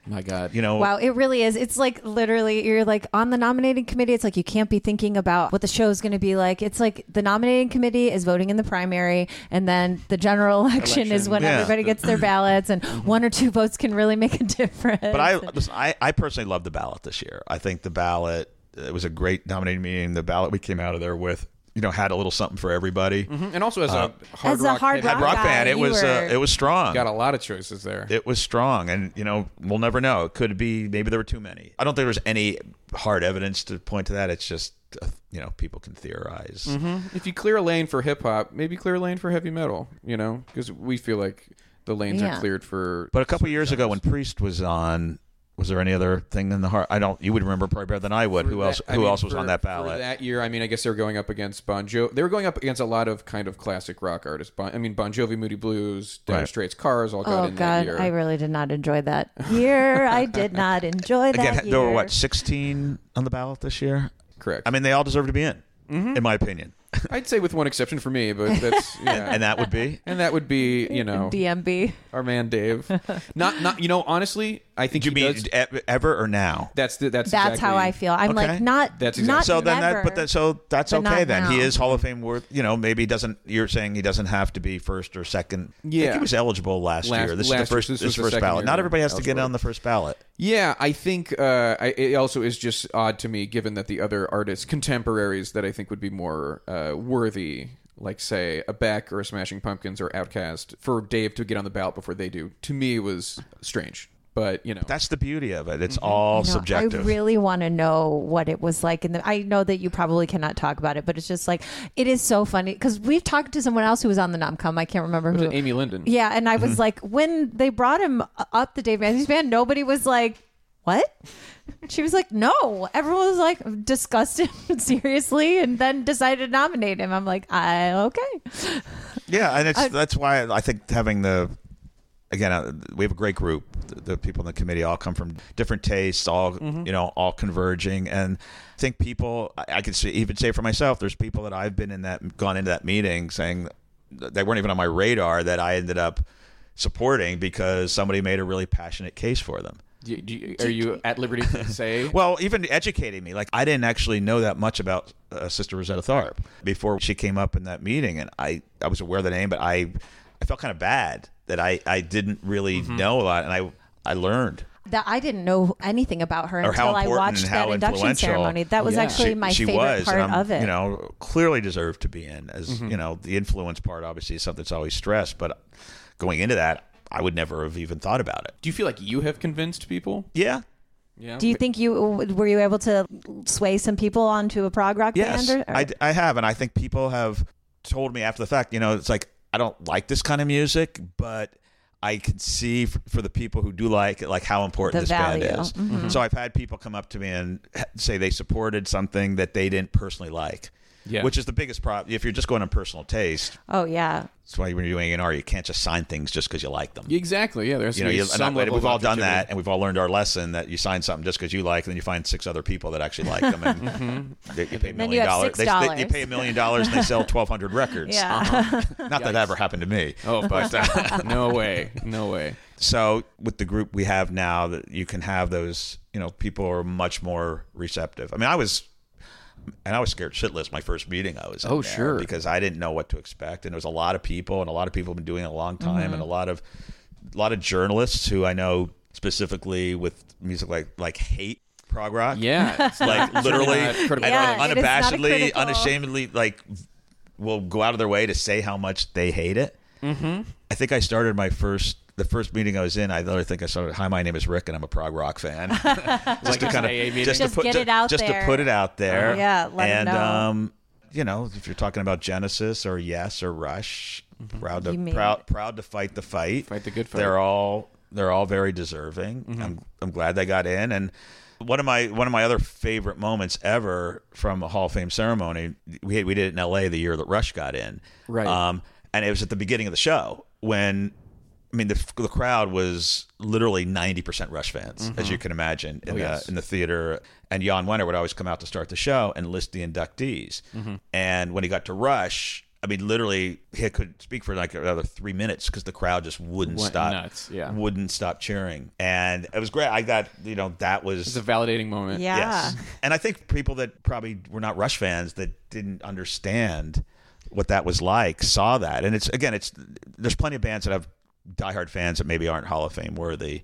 my God. You know, Wow, it really is. It's like literally, you're like on the nominating committee. It's like you can't be thinking about what the show is going to be like. It's like the nominating committee is voting in the primary, and then the general election, is when yeah. Mm-hmm. everybody gets their ballots, and one or two votes can really make a difference. But I, listen, I, I personally love the ballot this year. I think the ballot, it was a great nominating meeting. The ballot we came out of there with, you know, had a little something for everybody. and also as Uh, a hard As a rock, hard hit- rock Rock guy, band, it you was, uh, were- it was strong. got a lot of choices there. it was strong, and you know, we'll never know. It could be maybe there were too many. I don't think there's any hard evidence to point to that. It's just, uh, you know, people can theorize. if you clear a lane for hip hop, maybe clear a lane for heavy metal. You know, because we feel like the lanes Yeah. are cleared for. But a couple years ago, when Priest was on. Was there any other thing in the heart? I don't. You would remember probably better than I would. for Who that- else? I who mean, else was for- on that for ballot? that year, I mean, I guess they were going up against Bon Jovi. They were going up against a lot of kind of classic rock artists. Bon, I mean, Bon Jovi, Moody Blues, Dire Right. Straits, Cars, all got oh in that God, year. I really did not enjoy that year. I did not enjoy that Again, year. there were what sixteen on the ballot this year. Correct. Mm-hmm. I mean, they all deserve to be in, in my opinion, I'd say with one exception for me, but that's yeah. and that would be And that would be, you know, DMB. our man Dave. Not, not, you know, honestly, I think Do you he mean does- e- ever or now? that's the that's That's exactly- how I feel. I'm Okay. like not That's not exactly- So then never. that, but then so that's but okay. not Then now. he is Hall of Fame worth. You know, maybe he doesn't. You're saying he doesn't have to be first or second. I think Yeah. he was eligible last, Last- year. This last is the year, first. so this this was the first second ballot. year Not everybody has to get eligible. on the first ballot. Yeah, I think uh, I, it also is just odd to me, given that the other artists, contemporaries that I think would be more uh, worthy, like say a Beck or a Smashing Pumpkins or Outcast, for Dave to get on the ballot before they do, to me was strange. But you know, That's the beauty of it. It's all Mm-hmm. No, subjective. I really want to know what it was like. And I know that you probably cannot talk about it, but it's just like it is so funny because we've talked to someone else who was on the nomcom. I can't remember was who. it Amy Linden. Yeah, and I Mm-hmm. was like, when they brought him up the Dave Matthews Band, nobody was like, "What?" She was like, "No." Everyone was like, discussed him seriously, and then decided to nominate him. I'm like, "I okay." Yeah, and it's that's why I think having the again uh, we have a great group. The, the people in the committee all come from different tastes, all you know, all converging, and I think people. I, I could say, even say for myself, there's people that I've been in that gone into that meeting saying th- they weren't even on my radar that I ended up supporting because somebody made a really passionate case for them. Do you- do you- are you at liberty to say? Well, even educating me, like I didn't actually know that much about uh, Sister Rosetta Tharp before she came up in that meeting, and I I was aware of the name, but I I felt kind of bad that I I didn't really know a lot, and I I learned. That I didn't know anything about her Or how until I important watched and that how induction influential ceremony. That was Yeah. actually she, my she favorite was, part and I'm, of it. You know, clearly deserved to be in as you know the influence part. Obviously, is something that's always stressed, but going into that, I would never have even thought about it. do you feel like you have convinced people? Yeah, Yeah. Do you think you were you able to sway some people onto a prog rock Yes, band? or- I, I have, and I think people have told me after the fact. You know, it's like I don't like this kind of music, but I can see f- for the people who do like it, like how important The this band value. Mm-hmm. is. So I've had people come up to me and h- say they supported something that they didn't personally like. Yeah. Which is the biggest problem. If you're just going on personal taste, oh yeah, that's why when you're doing A&R, you can't just sign things just because you like them. Exactly. Yeah. There's you know, to be you, and I- some level we've of all done objectivity. that, and we've all learned our lesson that you sign something just because you like, and then you find six other people that actually like them, and Mm-hmm. they, you pay a you million have dollars. six They, dollars. they, you pay a million dollars, and they sell twelve hundred records. Um, yeah. Not that that ever happened to me. Oh, but uh, no way. No way. So with the group we have now, that you can have those, you know, people are much more receptive. I mean, I was, and I was scared shitless my first meeting I was. In Oh, there sure. because I didn't know what to expect, and there was a lot of people, and a lot of people have been doing it a long time, Mm-hmm. and a lot of, a lot of journalists who I know specifically with music like like hate prog rock. Yeah, it's like literally, not critical Yeah, un- it is not a unabashedly, critical- unashamedly, like will go out of their way to say how much they hate it. Mm-hmm. I think I started my first. The first meeting I was in, I literally think I started. Hi, my name is Rick, and I'm a prog rock fan. just to an kind AA of meeting. just, Just to put get ju- it out just there. Uh-huh. to put it out there. Yeah, let 'em and know. um, you know, if you're talking about Genesis or Yes or Rush, proud Mm-hmm. You to made proud proud to fight the fight. Fight the good fight. They're all they're all very deserving. Mm-hmm. I'm I'm glad they got in and one of my one of my other favorite moments ever from a Hall of Fame ceremony, we had, we did it in L.A. the year that Rush got in, Right. Um, and it was at the beginning of the show when, I mean, the the crowd was literally ninety percent Rush fans, as you can imagine, in the Mm-hmm. Oh, yes. in the theater. And Jan Wenner would always come out to start the show and list the inductees. Mm-hmm. And when he got to Rush, I mean, literally, he could speak for like another three minutes because the crowd just wouldn't Went stop, nuts, yeah. wouldn't stop cheering. And it was great. I got you know that was It's a validating moment. Yeah. Yes. And I think people that probably were not Rush fans that didn't understand what that was like saw that. And it's again, it's there's plenty of bands that have diehard fans that maybe aren't Hall of Fame worthy.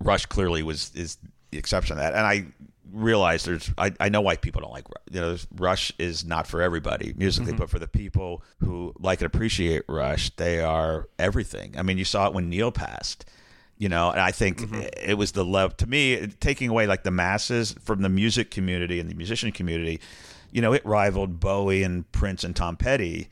Rush clearly was is the exception to that. And I realize there's I, I know why people don't like Ru- you know there's- Rush is not for everybody musically, but for the people who like and appreciate Rush, they are everything. I mean, you saw it when Neil passed you know and i think Mm-hmm. it was the love to me it- taking away like the masses from the music community and the musician community you know it rivaled bowie and prince and tom petty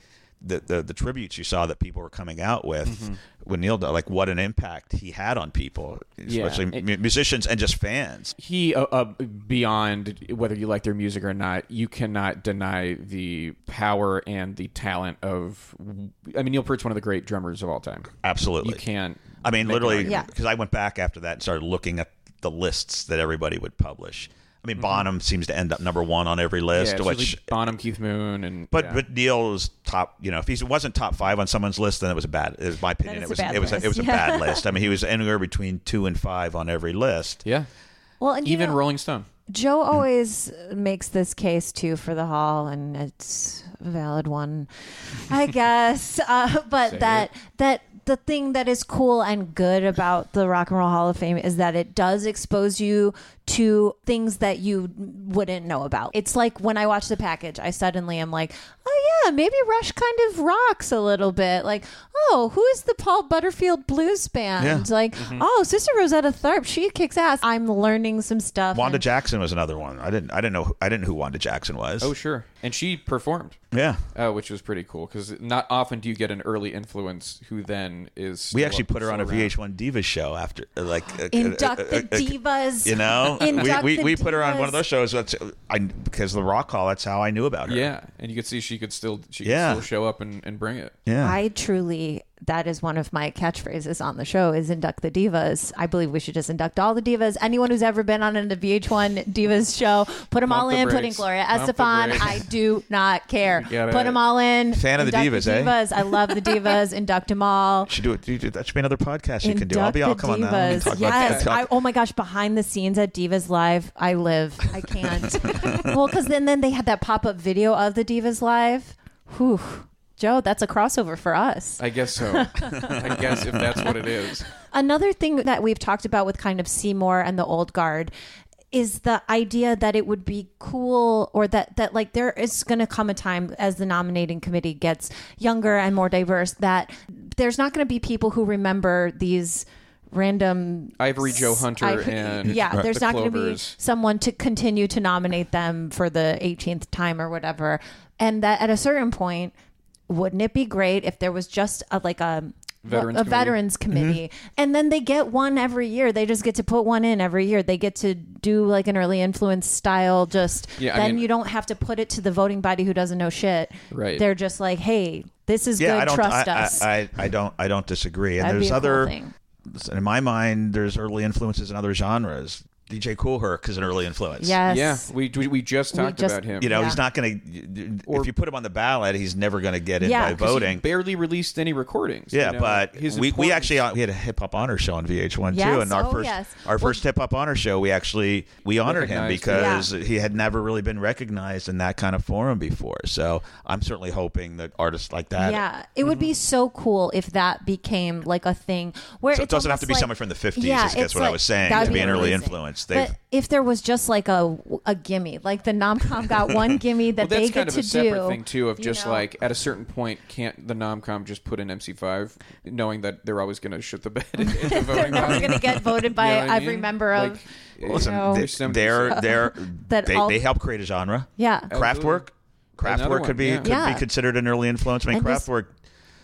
the, the, the tributes you saw that people were coming out with Mm-hmm. when neil died like what an impact he had on people Yeah. especially It- mu- musicians and just fans he uh, uh, beyond whether you like their music or not you cannot deny the power and the talent of i mean neil peart's one of the great drummers of all time absolutely you can't I mean, make an literally, argument. because I went back after that and started looking at the lists that everybody would publish. I mean, Bonham seems to end up number one on every Mm-hmm. yeah, list, it's which usually bonham keith moon and But yeah. but Neil was top. You know, if he wasn't top five on someone's list, then it was a bad. It was my opinion. Then it's It was a bad it was a, list. it was a Yeah. bad list. I mean, he was anywhere between two and five on every list. yeah Well, and you even know- rolling stone Joe always makes this case too for the hall, and it's a valid one, I guess. Uh, but Say that it. that the thing that is cool and good about the Rock and Roll Hall of Fame is that it does expose you to things that you wouldn't know about. It's like when I watch the package, I suddenly am like, oh yeah, maybe Rush kind of rocks a little bit. Like, oh, who is the Paul Butterfield blues band? Yeah. Like, oh, Sister Rosetta Tharpe, she kicks ass. I'm learning some stuff. Wanda and- Jackson was another one. I didn't I didn't know I didn't know who Wanda Jackson was. oh sure and she performed yeah. uh, which was pretty cool because not often do you get an early influence who then is We still actually up- put her on a still around. VH1 Divas show after, uh, like uh, Induct uh, uh, the uh, uh, divas. You know, Induct we, the we, we put her on divas. one of those shows. That's I because the Rock Hall. That's how I knew about her. yeah and you could see she could still she Yeah. could still show up and, and bring it yeah. I truly, that is one of my catchphrases on the show is induct the divas. I believe we should just induct all the divas. Anyone who's ever been on a VH1 divas show, put them Pump all the in, put in brakes. Gloria Pump the Estefan. brakes. I do not care. You gotta- Put them all in. Fan of the Induct divas, eh? divas. I love the divas. induct them all. Should do it. you- That should be another podcast you can do. I'll be. Induct I'll the come on now. We can Divas. talk about yes. that. Talk- I, oh my gosh, behind the scenes at Divas Live, I live. I can't. well, because then then they had that pop up video of the Divas Live. Whew. Joe, that's a crossover for us. i guess so i guess if that's what it is Another thing that we've talked about with kind of Seymour and the old guard is the idea that it would be cool or that that like there is going to come a time as the nominating committee gets younger and more diverse that there's not going to be people who remember these random ivory joe hunter I- and yeah, there's the not going to be Clovers. someone to continue to nominate them for the 18th time or whatever, and that at a certain point, wouldn't it be great if there was just a, like a Veterans Committee. a Mm-hmm. veterans committee, and then they get one every year. They just get to put one in every year. They get to do like an early influence style. Just Yeah, I then mean- you don't have to put it to the voting body who doesn't know shit. Right. They're just like, hey, this is yeah, good. I don't. Trust I, us. I, I, I don't. I don't disagree. And That'd be there's a cool other. thing. in my mind, there's early influences in other genres. DJ Cool Herc is an early influence. yes. yeah we, we, we just We talked just- about him You know, Yeah. he's not going to. If you put him on the ballot, he's never going to get in Yeah. by 'Cause he voting. barely released any recordings. Yeah, you know. but His we, we importance- actually uh, we had a hip hop honor show on VH1 too, Yes, and our oh, first yes. our first hip hop honor show, we actually we honored him Recognized because he had never really been recognized in that kind of forum before. So I'm certainly hoping that artists like that. Yeah, it would Mm-hmm. be so cool if that became like a thing where So it it's doesn't have to almost be like- someone from the 50s, Yeah, is- that's it's what I like- was saying, that to would be an early amazing. influence. yes, they've. But if there was just like a a gimme, like the nomcom got one gimme that well, they that's get kind of to a separate do, thing too, of you just know? like at a certain point, can't the nomcom just put in MC5, knowing that they're always going to shit the bed? in the they're voting never body? going to get voted by You know what I every mean? member of. Like, Listen, No. they, There's Oh, some- they're they're That they, all- they help create a genre. Yeah. oh. Kraftwerk, Another Kraftwerk one, could be yeah. could Yeah. be considered an early influence. I mean, And just- Kraftwerk,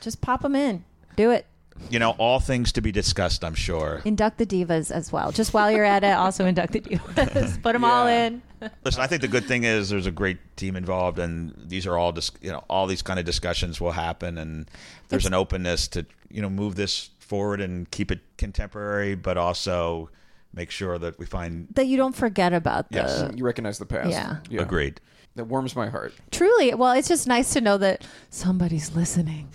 just pop them in. Do it. you know, all things to be discussed. I'm sure. Induct the divas as well. Just while you're at it, also induct the divas. Put them all Yeah. in. Listen, I think the good thing is there's a great team involved, and these are all dis- you know all these kind of discussions will happen, and there's an openness to you know move this forward and keep it contemporary, but also make sure that we find That you don't forget about the. Yes. you recognize the past. Yeah. agreed. That warms my heart. Truly, well, it's just nice to know that somebody's listening.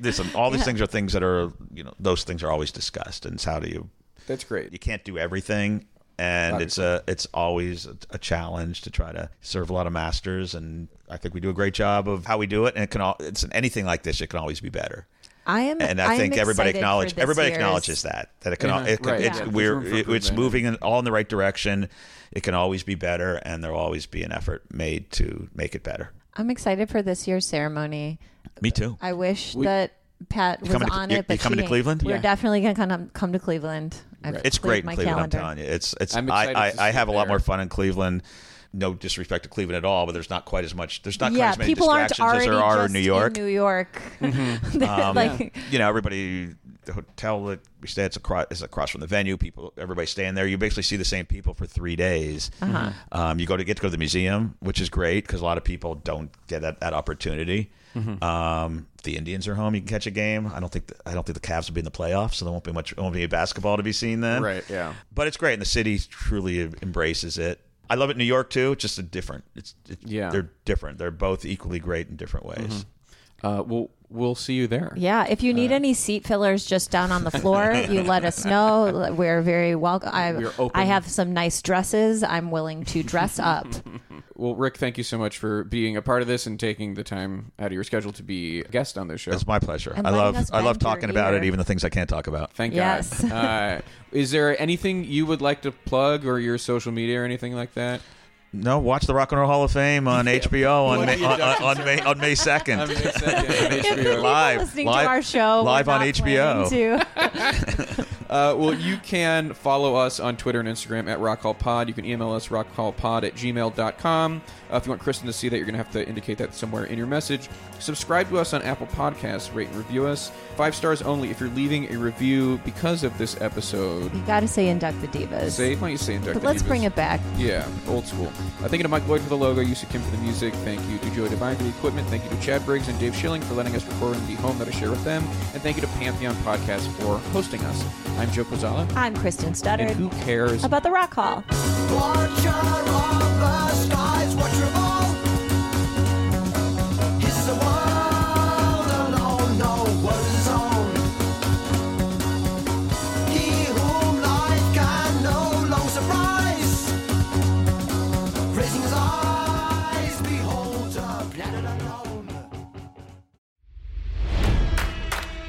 Listen, um, all these things are things that are you know those things are always discussed, and it's how do you That's great. you can't do everything and it's a it's always a, a challenge to try to serve a lot of masters and i think we do a great job of how we do it and it can all it's anything like this it can always be better I am, and i I'm think everybody excited for acknowledges this everybody year's- acknowledges that that it can, al- Yeah, it can right. it's Yeah. we're There's room for it- it's improvement. moving in, all in the right direction it can always be better and there'll always be an effort made to make it better I'm excited for this year's ceremony. me too I wish that Pat was coming to- on you- it, but you coming she to ain't. Cleveland? We're Yeah. definitely gonna come come to Cleveland. I've It's cleared great in my Cleveland. calendar. I'm telling you, it's it's. I'm I excited I, to I see have a it lot there. more fun in Cleveland. No disrespect to Cleveland at all, but there's not quite as much. There's not yeah, quite as many people aren't distractions as already there are just in New York. Um, New York, like you know, everybody. The hotel that we stay at's across is across from the venue. People, everybody staying there. You basically see the same people for three days. Uh-huh. Um, you go to get to go to the museum, which is great because a lot of people don't get that, that opportunity. Mm-hmm. Um, the Indians are home. You can catch a game. I don't think the, I don't think the Cavs will be in the playoffs, so there won't be much. Won't be any basketball to be seen then. Right, yeah. But it's great, and the city truly embraces it. I love it in New York too. It's just a different. It's, it's Yeah. They're different. They're both equally great in different ways. Uh, we'll we'll see you there. Yeah, if you need any seat fillers just down on the floor, you let us know. We're very welcome. I, We're open. I have some nice dresses. I'm willing to dress up. Well, Rick, thank you so much for being a part of this and taking the time out of your schedule to be a guest on this show. It's my pleasure. And I letting love us I love bend your talking about it, ear. even the things I can't talk about. Thank Yes. God. Uh, is there anything you would like to plug or your social media or anything like that? No, watch the Rock and Roll Hall of Fame on HBO on May, on, on, on May on May I mean, second. it's, uh, yeah, HBO. Live, listening live- to our show, live we're on not HBO. planning to- Uh, well, you can follow us on Twitter and Instagram at Rock Hall Pod. You can email us rockhallpod at gmail.com. Uh, if you want Kristen to see that, you're going to have to indicate that somewhere in your message. Subscribe to us on Apple Podcasts. Rate and review us. Five stars only if you're leaving a review because of this episode. You gotta say induct the divas. Say, why don't you say induct but the let's divas? bring it back. Yeah, old school. Uh, thank you to Mike Lloyd for the logo, Yusuf Kim for the music. Thank you to Joey Devine for the equipment. Thank you to Chad Briggs and Dave Schilling for letting us record in the home that I share with them. And thank you to Pantheon Podcast for hosting us. I'm Joe Kozala. I'm Kristen And Studdard who cares? about the Rock Hall. Raising his eyes, behold the planet unknown.